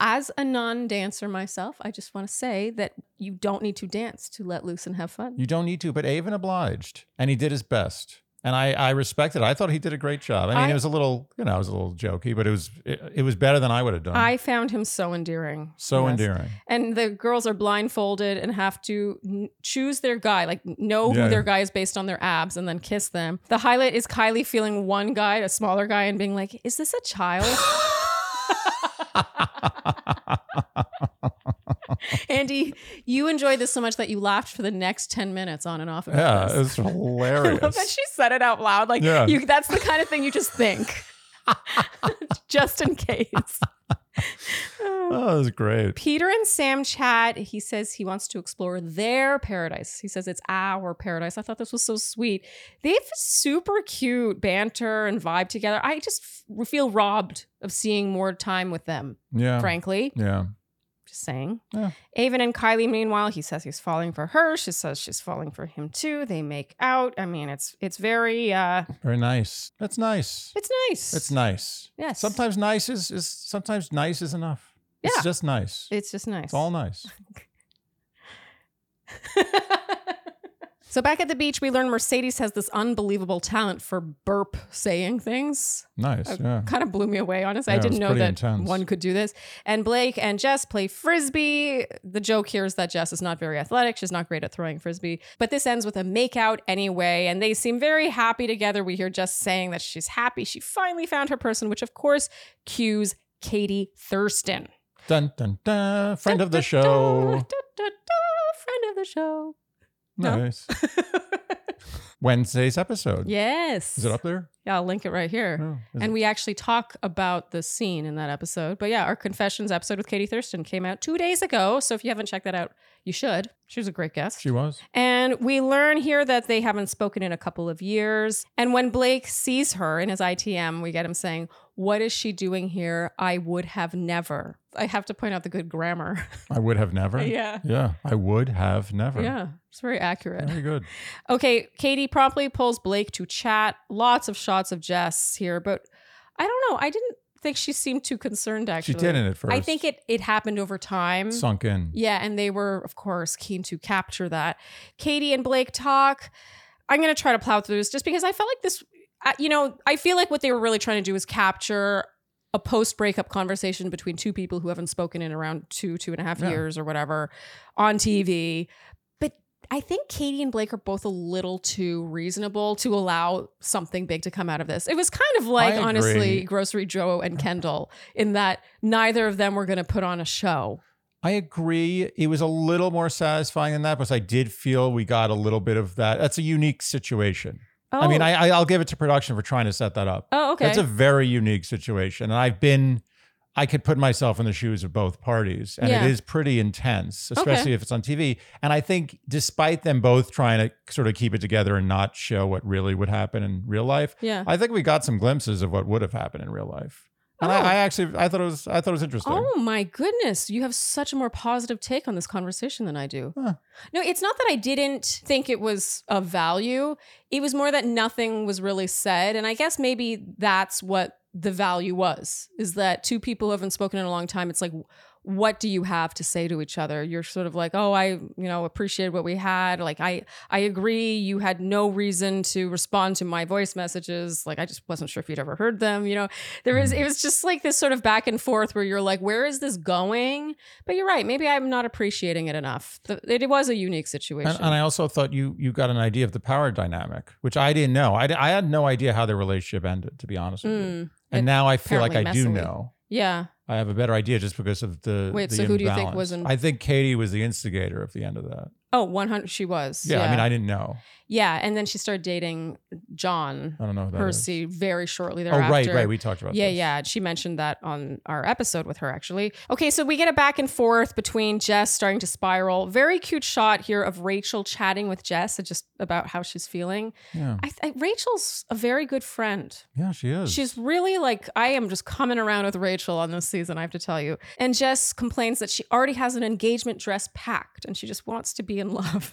C: As a non-dancer myself, I just want to say that you don't need to dance to let loose and have fun.
B: You don't need to, but Avon obliged, and he did his best, and I I respect it. I thought he did a great job. I mean,
C: I-
B: it was a little, you know, it was a little jokey, but it was it, it was better than I would have done.
C: I found him so endearing.
B: so
C: Yes.
B: endearing.
C: And the girls are blindfolded and have to n- choose their guy, like know
B: Yeah.
C: who their guy is based on their abs and then kiss them. The highlight is Kylie feeling one guy, a smaller guy, and being like, Is this a child? Andy, you enjoyed this so much that you laughed for the next 10 minutes on and off about
B: yeah,
C: this.
B: it was
C: I love that
B: hilarious.
C: she said it out loud. Like
B: Yeah.
C: you that's the kind of thing you just think. just in case.
B: Oh, it was great.
C: Peter and Sam chat. He says he wants to explore their paradise. He says it's our paradise. I thought this was so sweet. They have super cute banter and vibe together. I just f- feel robbed of seeing more time with them,
B: Yeah,
C: frankly.
B: yeah.
C: Just saying.
B: Yeah.
C: Avon and Kylie, meanwhile, he says he's falling for her. She says she's falling for him too. They make out. I mean, it's it's very uh
B: Very nice. That's nice.
C: it's nice.
B: It's nice.
C: Yes.
B: Sometimes nice is is sometimes nice is enough.
C: Yeah.
B: It's just nice.
C: It's just nice.
B: It's all nice.
C: so back at the beach, we learn Mercedes has this unbelievable talent for burp saying things.
B: Nice. Yeah.
C: Kind of blew me away, honestly.
B: Yeah,
C: I
B: it
C: didn't
B: was
C: know
B: pretty
C: that
B: intense.
C: one could do this. And Blake and Jess play frisbee. The joke here is that Jess is not very athletic. She's not great at throwing frisbee. But this ends with a makeout anyway, and they seem very happy together. We hear Jess saying that she's happy she finally found her person, which of course cues Katie Thurston.
B: Dun dun dun. Friend of the
C: Da, da, da,
B: show.
C: da, da, da, friend of the show. No.
B: Nice. Wednesday's episode.
C: Yes.
B: Is it up there?
C: Yeah, I'll link it right here.
B: No. Is
C: And
B: it-
C: we actually talk about the scene in that episode. But yeah, our confessions episode with Katie Thurston came out two days ago. So if you haven't checked that out, you should. She was a great guest.
B: she was.
C: And we learn here that they haven't spoken in a couple of years. And when Blake sees her in his ITM, we get him saying, What is she doing here? I would have never. I have to point out the good grammar.
B: I would have never.
C: yeah.
B: Yeah. I would have never.
C: Yeah. It's very accurate.
B: Very good.
C: Okay. Katie promptly pulls Blake to chat. Lots of shots of Jess here, but I don't know. I didn't think she seemed too concerned, actually.
B: She didn't at first.
C: I think it, it happened over time.
B: sunk in.
C: Yeah, and they were, of course, keen to capture that. Katie and Blake talk. I'm going to try to plow through this just because I felt like this, uh, you know, I feel like what they were really trying to do is capture a post breakup conversation between two people who haven't spoken in around two, two and a half
B: Yeah.
C: years or whatever on TV. But I think Katie and Blake are both a little too reasonable to allow something big to come out of this. It was kind of like,
B: agree.
C: honestly, Grocery Joe and Kendall, in that neither of them were going to put on a show.
B: I agree. It was a little more satisfying than that because I did feel we got a little bit of that. That's a unique situation. I mean,
C: Oh.
B: I, I- I'll give it to production for trying to set that up.
C: Oh, okay.
B: That's a very unique situation. And I've been, I could put myself in the shoes of both parties. And
C: Yeah.
B: it is pretty intense,
C: Okay.
B: especially if it's on TV. And I think despite them both trying to sort of keep it together and not show what really would happen in real life,
C: yeah.
B: I think we got some glimpses of what would have happened in real life. And
C: Oh.
B: I, I actually, I thought it was, I thought it was interesting.
C: Oh my goodness, you have such a more positive take on this conversation than I do.
B: Huh.
C: No, it's not that I didn't think it was of value. It was more that nothing was really said. And I guess maybe that's what the value was is that two people who haven't spoken in a long time, it's like, what do you have to say to each other? You're sort of like, oh, I, you know, appreciated what we had. Like, I, I agree. You had no reason to respond to my voice messages. Like, I just wasn't sure if you'd ever heard them. You know, there was
B: Mm-hmm.
C: it was just like this sort of back and forth where you're like where is this going but you're right maybe i'm not appreciating it enough The- it was a unique situation
B: And, and I also thought you you got an idea of the power dynamic, which I didn't know. I, di- I had no idea how their relationship ended, to be honest with you.
C: Mm,
B: And
C: it-
B: now I feel like I
C: apparently
B: do
C: messily.
B: know.
C: yeah
B: I have a better idea just because of the
C: Wait,
B: the
C: so who do you think
B: imbalance.
C: was in-
B: I think Katie was the instigator of the end of that.
C: oh 100 she was
B: Yeah, I mean, I didn't know.
C: yeah and then she started dating john
B: I don't know who that is.
C: percy very shortly
B: Oh,
C: thereafter
B: right, right. We talked about.
C: yeah,
B: this.
C: yeah. She mentioned that on our episode with her, actually. Okay, so we get a back and forth between Jess starting to spiral. Very cute shot here of Rachel chatting with Jess, just about how she's feeling.
B: yeah,
C: I, I, Rachel's a very good friend.
B: yeah. She is.
C: She's really like, I am just coming around with Rachel on this season, I have to tell you. And Jess complains that she already has an engagement dress packed and she just wants to be in love.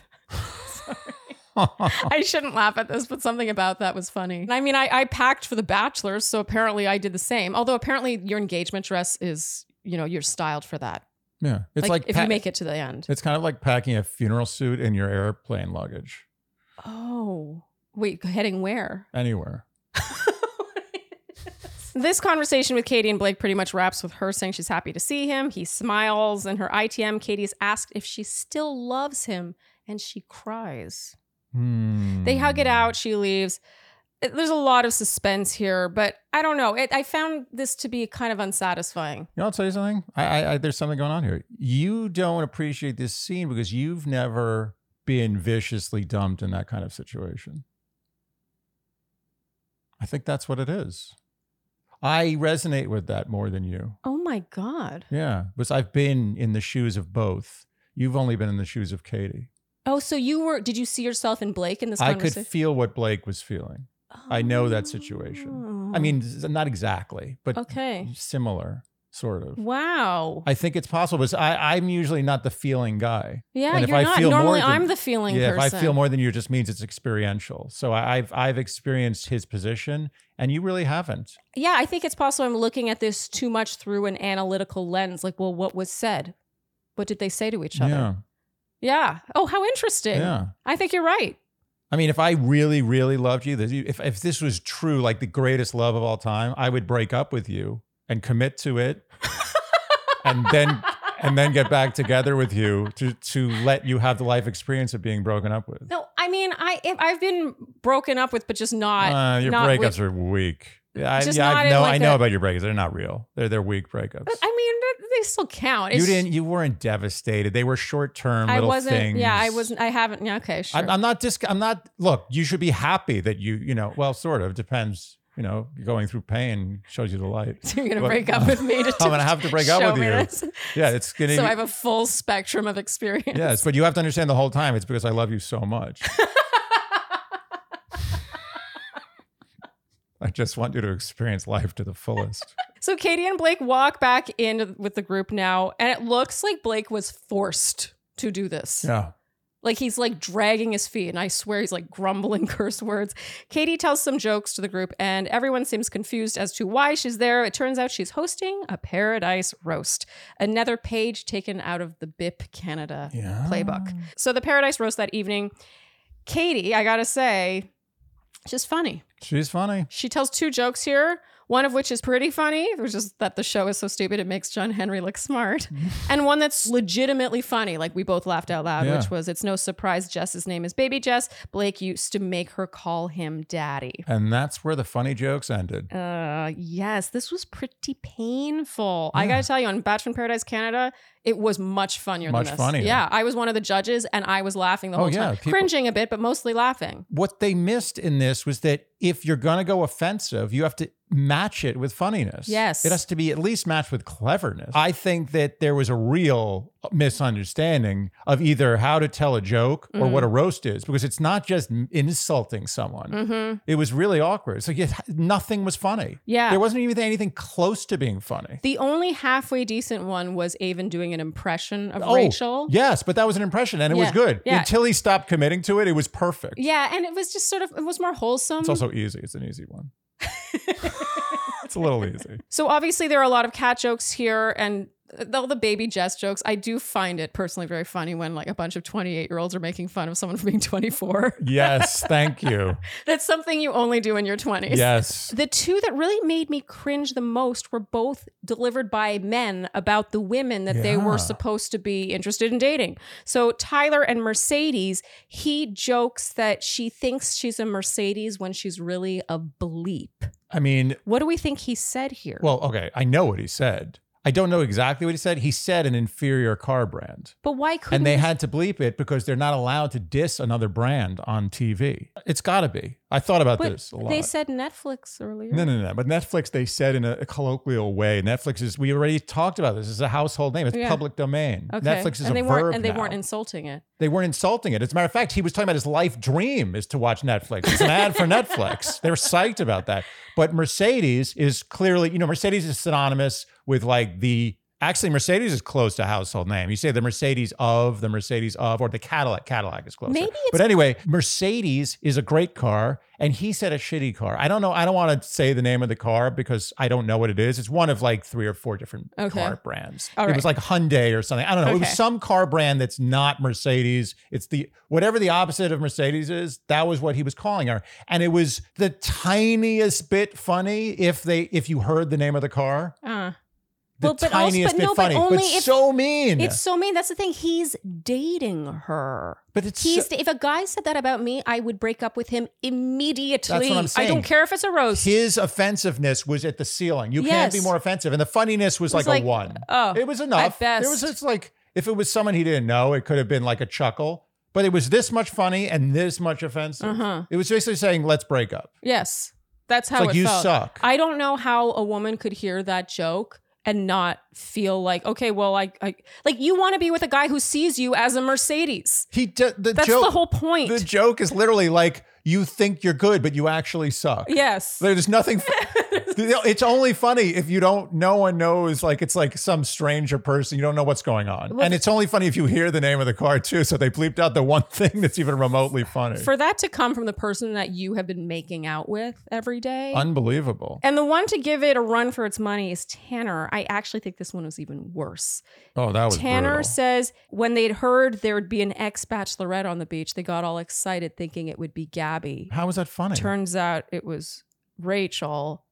C: I shouldn't laugh at this, but something about that was funny. And I mean, I, I packed for The Bachelor, so apparently I did the same. Although apparently your engagement dress is, you know, you're styled for that.
B: yeah. It's like,
C: if
B: pa-
C: you make it to the end.
B: It's kind of like packing a funeral suit in your airplane luggage
C: Oh, wait, heading where?
B: anywhere.
C: This conversation with Katie and Blake pretty much wraps with her saying she's happy to see him. He smiles, and her ITM, Katie's asked if she still loves him, and she cries.
B: Hmm.
C: They hug it out, she leaves. It- There's a lot of suspense here, but I don't know. It, I found this to be kind of unsatisfying.
B: You know, I'll tell you something. I, I, I there's something going on here. You don't appreciate this scene because you've never been viciously dumped in that kind of situation. I think that's what it is. I resonate with that more than you.
C: Oh my God.
B: Yeah, because I've been in the shoes of both. You've only been in the shoes of Katie.
C: Oh, so you were, did you see yourself in Blake in this
B: I could
C: conversation?
B: feel what Blake was feeling. I know that situation. I mean, not exactly, but
C: Oh. Mm. okay. Mm.
B: similar, sort of.
C: Wow.
B: I think it's possible because I, I'm usually not the feeling guy.
C: yeah,
B: and if
C: you're
B: I
C: not.
B: feel more
C: Normally,
B: than-
C: I'm the feeling
B: yeah,
C: person.
B: if I feel more than you, it just means it's experiential. So I, I've I've experienced his position, and you really haven't.
C: yeah, I think it's possible I'm looking at this too much through an analytical lens. Like, well, what was said? What did they say to each other?
B: Yeah,
C: Yeah. Oh, how interesting.
B: yeah.
C: I think you're right.
B: I mean, if I really, really loved you, this- if if this was true, like the greatest love of all time, I would break up with you and commit to it, and then and then get back together with you to to let you have the life experience of being broken up with.
C: No, I mean, I if I've been broken up with, but just not.
B: Uh, your
C: not
B: breakups
C: with-
B: are weak. Yeah, I,
C: Just
B: yeah,
C: not
B: I
C: in,
B: know.
C: like,
B: I know
C: a-
B: about your breakups. They're not real. They're they're weak breakups.
C: But I mean, th- they still count.
B: You
C: It's-
B: didn't. You weren't devastated. They were short term.
C: I
B: little
C: wasn't.
B: Things.
C: Yeah, I wasn't. I haven't. Yeah, okay, sure.
B: I'm, I'm not disc. I'm not. Look, you should be happy that you. You know. Well, sort of. Depends. You know, going through pain shows you the light.
C: so you're gonna
B: But-
C: break up with me. To,
B: I'm gonna have to break up
C: show
B: with
C: me
B: you.
C: this?
B: Yeah, it's gonna.
C: So I have a full spectrum of experience.
B: yes, but you have to understand the whole time. It's because I love you so much. I just want you to experience life to the fullest.
C: So Katie and Blake walk back in with the group now, and it looks like Blake was forced to do this.
B: Yeah.
C: Like he's like dragging his feet, and I swear he's like grumbling curse words. Katie tells some jokes to the group, and everyone seems confused as to why she's there. It turns out she's hosting a paradise roast, another page taken out of the BIP Canada
B: Yeah.
C: playbook. So the paradise roast that evening, Katie, I gotta say, she's funny.
B: She's funny.
C: She tells two jokes here, one of which is pretty funny, which is that the show is so stupid it makes John Henry look smart, and one that's legitimately funny, like we both laughed out loud,
B: Yeah.
C: which was it's no surprise Jess's name is Baby Jess. Blake used to make her call him Daddy.
B: And that's where the funny jokes ended.
C: Uh, yes, this was pretty painful. I
B: Yeah.
C: gotta tell you, on Bachelor in Paradise Canada, it was much funnier
B: Much
C: than this.
B: funnier.
C: Yeah, I was one of the judges and I was laughing the
B: Oh,
C: whole
B: yeah,
C: time,
B: people-
C: cringing a bit, but mostly laughing.
B: What they missed in this was that if you're going to go offensive, you have to match it with funniness.
C: Yes.
B: It has to be at least matched with cleverness. I think that there was a real misunderstanding of either how to tell a joke or what a roast is because it's not just insulting someone.
C: Mm-hmm.
B: It was really awkward. So yeah, nothing was funny.
C: Yeah.
B: There wasn't even anything close to being funny.
C: The only halfway decent one was Avon doing an impression of
B: Oh,
C: Rachel.
B: Yes, but that was an impression and it was
C: Yeah,
B: good.
C: yeah.
B: Until he stopped committing to it, it was perfect.
C: Yeah, and it was just sort of it was more wholesome.
B: It's also easy. It's an easy one. it's a little easy.
C: so obviously there are a lot of cat jokes here and all the baby Jess jokes. I do find it personally very funny when like a bunch of 28 year olds are making fun of someone for being 24.
B: Yes, thank you.
C: That's something you only do in your 20s.
B: Yes.
C: The two that really made me cringe the most were both delivered by men about the women that they
B: Yeah.
C: were supposed to be interested in dating. So Tyler and Mercedes, he jokes that she thinks she's a Mercedes when she's really a bleep.
B: I mean,
C: What do we think he said here?
B: well, okay, I know what he said. I don't know exactly what he said. He said an inferior car brand.
C: but why couldn't
B: And they
C: he-
B: had to bleep it because they're not allowed to diss another brand on TV. It's got to be. I thought about
C: but
B: this a lot.
C: They said Netflix earlier.
B: No, no, no. But Netflix, they said in a, a colloquial way. Netflix is. We already talked about this. It's a household name. It's
C: Yeah.
B: public domain.
C: Okay.
B: Netflix is
C: and
B: a
C: they
B: verb
C: weren't and they
B: now.
C: weren't insulting it.
B: they weren't insulting it. As a matter of fact, he was talking about his life dream is to watch Netflix. It's an ad for Netflix. They were psyched about that. But Mercedes is clearly, you know, Mercedes is synonymous with like the. Actually, Mercedes is close to household name. You say the Mercedes of, the Mercedes of, or the Cadillac. Cadillac is closer.
C: Maybe it's-
B: but anyway, Mercedes is a great car, and he said a shitty car. I don't know. I don't want to say the name of the car because I don't know what it is. It's one of like three or four different
C: Okay.
B: car brands.
C: All
B: it
C: right.
B: was like Hyundai or something. I don't know. Oh, It was
C: Okay.
B: some car brand that's not Mercedes. It's the whatever the opposite of Mercedes is. That was what he was calling her, and it was the tiniest bit funny if they if you heard the name of the car.
C: Uh,
B: The
C: Well, but also-
B: tiniest
C: but
B: bit
C: no, but
B: funny,
C: only if-
B: so mean.
C: It's so mean. That's the thing. He's dating her.
B: but it's
C: He's
B: so-
C: if a guy said that about me, I would break up with him immediately.
B: That's what I'm
C: I
B: saying.
C: don't care if it's a roast.
B: his offensiveness was at the ceiling. You can't be
C: Yes.
B: more offensive, and the funniness was,
C: was
B: like,
C: like,
B: a one.
C: oh,
B: it was enough.
C: at best.
B: It was just like if it was someone he didn't know, it could have been like a chuckle. But it was this much funny and this much offensive.
C: Uh-huh.
B: It was basically saying, "Let's break up."
C: yes, that's how
B: it's like
C: it
B: you
C: felt.
B: suck.
C: I don't know how a woman could hear that joke and not feel like, okay, well, I, I like you want to be with a guy who sees you as a Mercedes.
B: He d- the
C: That's
B: joke.
C: the whole point.
B: the joke is literally like you think you're good, but you actually suck.
C: yes.
B: There's nothing. fu- it's only funny if you don't. No one knows. Like it's like some stranger person. You don't know what's going on,
C: Well,
B: and it's only funny if you hear the name of the car too. So they bleeped out the one thing that's even remotely funny.
C: For that to come from the person that you have been making out with every day.
B: Unbelievable.
C: and the one to give it a run for its money is Tanner. I actually think this one was even worse.
B: Oh, that was
C: Tanner
B: brutal.
C: says when they'd heard there would be an ex bachelorette on the beach, they got all excited thinking it would be Gabby.
B: How is that funny?
C: Turns out it was Rachel.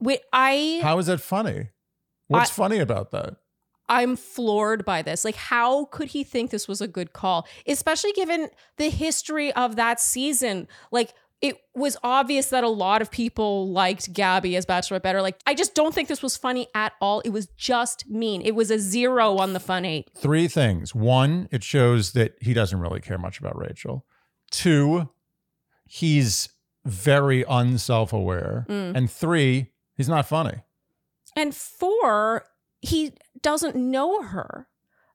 C: Wait, I
B: How is that funny? What's funny about that?
C: I'm floored by this. Like, how could he think this was a good call, especially given the history of that season? Like, it was obvious that a lot of people liked Gabby as Bachelorette better. Like, I just don't think this was funny at all. It was just mean. It was a zero on the fun eight.
B: Three things. One, it shows that he doesn't really care much about Rachel. Two, he's very unself aware.
C: Mm.
B: And three, he's not funny.
C: And four, he doesn't know her.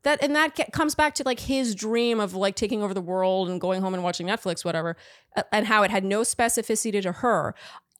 C: That and that ge- comes back to like his dream of like taking over the world and going home and watching Netflix, whatever, uh, and how it had no specificity to her.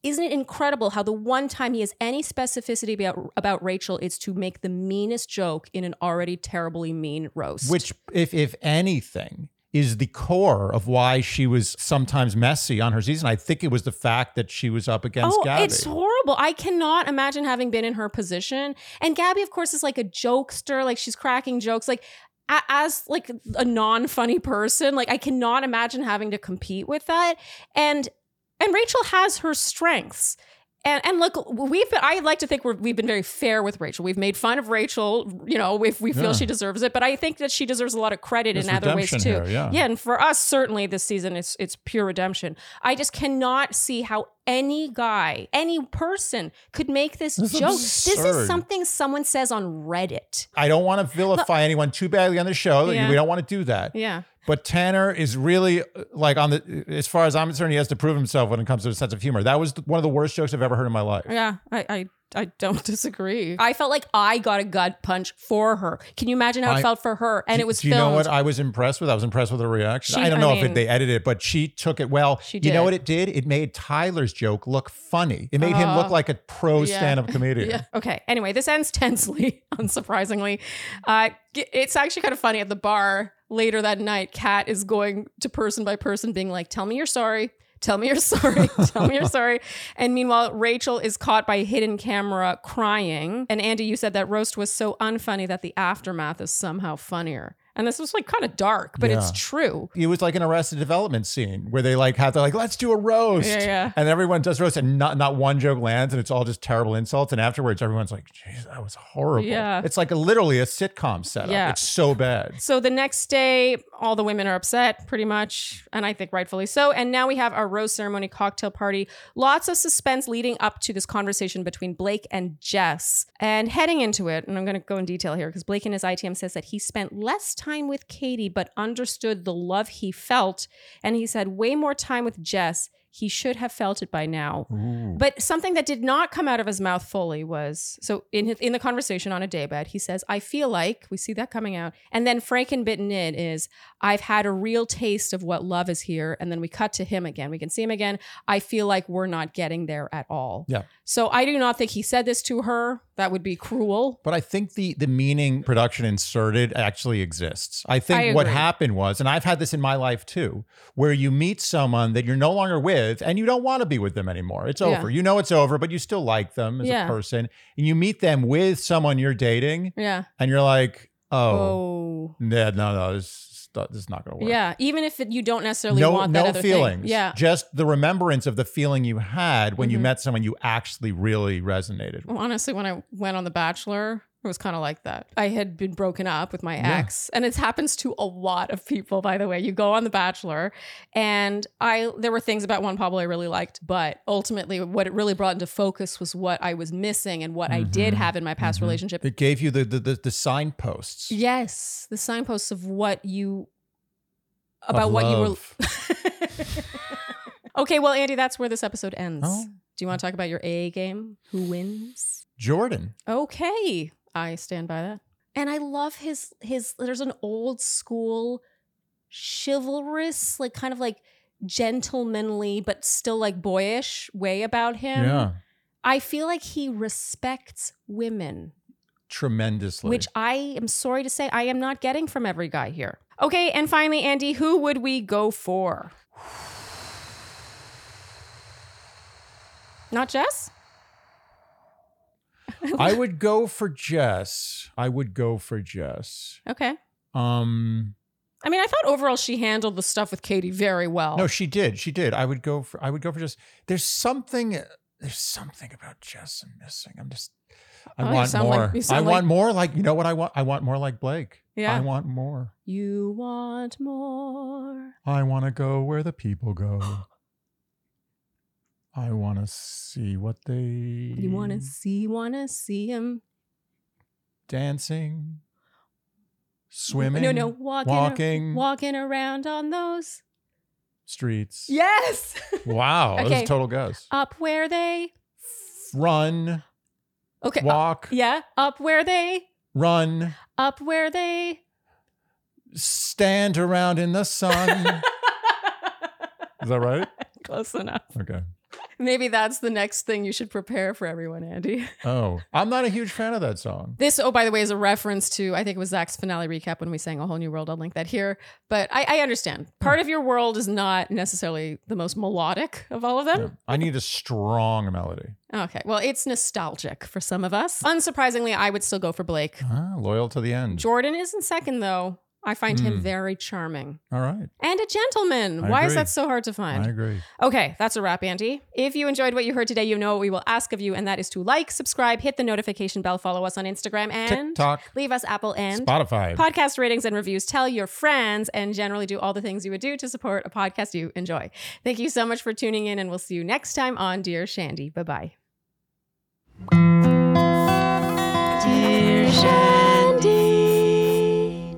C: Isn't it incredible how the one time he has any specificity about about Rachel is to make the meanest joke in an already terribly mean roast?
B: Which, if if anything, is the core of why she was sometimes messy on her season. I think it was the fact that she was up against
C: oh,
B: Gabby.
C: it's horrible. I cannot imagine having been in her position. And Gabby, of course, is like a jokester. Like she's cracking jokes. Like a- as like a non-funny person, like I cannot imagine having to compete with that. And and Rachel has her strengths. And, and look, we've been, I like to think we're, we've been very fair with Rachel. We've made fun of Rachel, you know, if we feel
B: Yeah.
C: she deserves it. But I think that she deserves a lot of credit
B: There's
C: in other ways
B: redemption
C: too.
B: here, yeah.
C: yeah, and for us certainly this season it's it's pure redemption. I just cannot see how any guy, any person could make this
B: This is
C: joke. This
B: absurd.
C: is something someone says on Reddit.
B: I don't want to vilify anyone too badly on the show.
C: Yeah.
B: We don't want to do that.
C: Yeah.
B: But Tanner is really uh, like on the as far as I'm concerned, he has to prove himself when it comes to a sense of humor. That was th- one of the worst jokes I've ever heard in my life.
C: Yeah, I, I I don't disagree. I felt like I got a gut punch for her. Can you imagine how
B: I-
C: it felt for her? And
B: do,
C: it was
B: do
C: filmed.
B: you know what I was impressed with? I was impressed with her reaction.
C: She-
B: I don't
C: I
B: know if
C: mean-
B: it, they edited it, but she took it well.
C: She
B: You know
C: did.
B: what it did? It made Tyler's joke look funny. It made him
C: Oh.
B: look like a pro
C: Yeah.
B: stand-up comedian.
C: Yeah. Okay. Anyway, this ends tensely, unsurprisingly. Uh, g- it's actually kind of funny at the bar later that night. Kat is going to person by person, being like, "Tell me you're sorry. Tell me you're sorry. Tell me you're sorry." And meanwhile, Rachel is caught by hidden camera crying. And Andy, you said that roast was so unfunny that the aftermath is somehow funnier. And this was like kind of dark, but it's
B: Yeah.
C: true.
B: It was like an Arrested Development scene where they like have to like let's do a roast,
C: Yeah, yeah.
B: and everyone does roast, and not not one joke lands, and it's all just terrible insults. And afterwards, everyone's like, "Jeez, that was horrible."
C: Yeah.
B: it's like a, literally a sitcom setup.
C: Yeah.
B: It's so bad.
C: So the next day, all the women are upset, pretty much, and I think rightfully so. And now we have our rose ceremony cocktail party. Lots of suspense leading up to this conversation between Blake and Jess. And heading into it, and I'm going to go in detail here because Blake in his ITM says that he spent less time with Katie, but understood the love he felt. And he said, way more time with Jess. He should have felt it by now. But something that did not come out of his mouth fully was so in his, in the conversation on a daybed, he says, "I feel like we see that coming out." And then Frankenbitten in is, "I've had a real taste of what love is here." And then we cut to him again. We can see him again. I feel like we're not getting there at all.
B: Yeah.
C: So I do not think he said this to her. That would be cruel.
B: But I think the the meaning production inserted actually exists. I think
C: I
B: what
C: agree.
B: happened was, and I've had this in my life too, where you meet someone that you're no longer with and you don't want to be with them anymore. It's
C: Yeah.
B: over. You know it's over, but you still like them as
C: Yeah.
B: a person. And you meet them with someone you're dating
C: Yeah.
B: and you're like, oh,
C: Oh.
B: yeah, no, no, this, this is not going to work.
C: Yeah. Even if it, you don't necessarily
B: no,
C: want
B: no
C: that other
B: feelings.
C: thing. Yeah.
B: Just the remembrance of the feeling you had when you
C: Mhm.
B: met someone you actually really resonated with.
C: Well, honestly, when I went on The Bachelor, it was kind of like that. I had been broken up with my
B: Yeah.
C: ex, and it happens to a lot of people, by the way. You go on The Bachelor, and I there were things about Juan Pablo I really liked, but ultimately, what it really brought into focus was what I was missing and what I did
B: Mm-hmm.
C: have in my past relationship.
B: It gave you the the, the, the signposts.
C: Yes, the signposts of what you
B: of
C: about what you
B: love.
C: were. okay, well, Andy, that's where this episode ends.
B: Oh.
C: Do you want to talk about your AA game? Who wins?
B: Jordan.
C: Okay. I stand by that. And I love his his there's an old school chivalrous, like kind of like gentlemanly but still like boyish way about him.
B: yeah.
C: I feel like he respects women,
B: Tremendously.
C: which I am sorry to say I am not getting from every guy here. Okay, and finally Andy, who would we go for? Not Jess?
B: I would go for Jess. I would go for Jess.
C: Okay.
B: Um
C: I mean, I thought overall she handled the stuff with Katie very well.
B: no, she did. She did. I would go for I would go for Jess. There's something there's something about Jess I'm missing. I'm just I
C: Oh, you
B: want
C: sound like-
B: more.
C: you sound
B: I
C: like-
B: want more like you know what I want? I want more like Blake.
C: Yeah.
B: I want more.
C: you want more.
B: I want to go where the people go. I want to see what they.
C: You want
B: Mm.
C: to see, want to see him
B: dancing, swimming.
C: No, no, walking,
B: walking.
C: walking around on those.
B: streets.
C: Yes,
B: Wow, that
C: Okay.
B: was total guess.
C: up where they.
B: Run,
C: Okay, up-
B: walk,
C: yeah, up where they,
B: run,
C: up where they.
B: stand around in the sun. Is that right?
C: Close enough.
B: Okay.
C: Maybe that's the next thing you should prepare for everyone, Andy.
B: Oh, I'm not a huge fan of that song.
C: This, oh, by the way, is a reference to, I think it was Zach's finale recap when we sang A Whole New World. I'll link that here. But I, I understand. Part of your world is not necessarily the most melodic of all of
B: Yeah.
C: them.
B: I need a strong melody.
C: Okay. Well, it's nostalgic for some of us. Unsurprisingly, I would still go for Blake.
B: Ah, loyal to the end.
C: Jordan is in second, though. I find
B: Hmm.
C: him very charming
B: All right.
C: and a gentleman.
B: I
C: Why is
B: agree.
C: that so hard to find?
B: I agree.
C: Okay, that's a wrap, Andy. If you enjoyed what you heard today, you know what we will ask of you, and that is to like, subscribe, hit the notification bell, follow us on Instagram, and
B: TikTok,
C: leave us Apple and
B: Spotify.
C: podcast ratings and reviews. Tell your friends and generally do all the things you would do to support a podcast you enjoy. Thank you so much for tuning in, and we'll see you next time on Dear Shandy. Bye bye. Dear Shandy.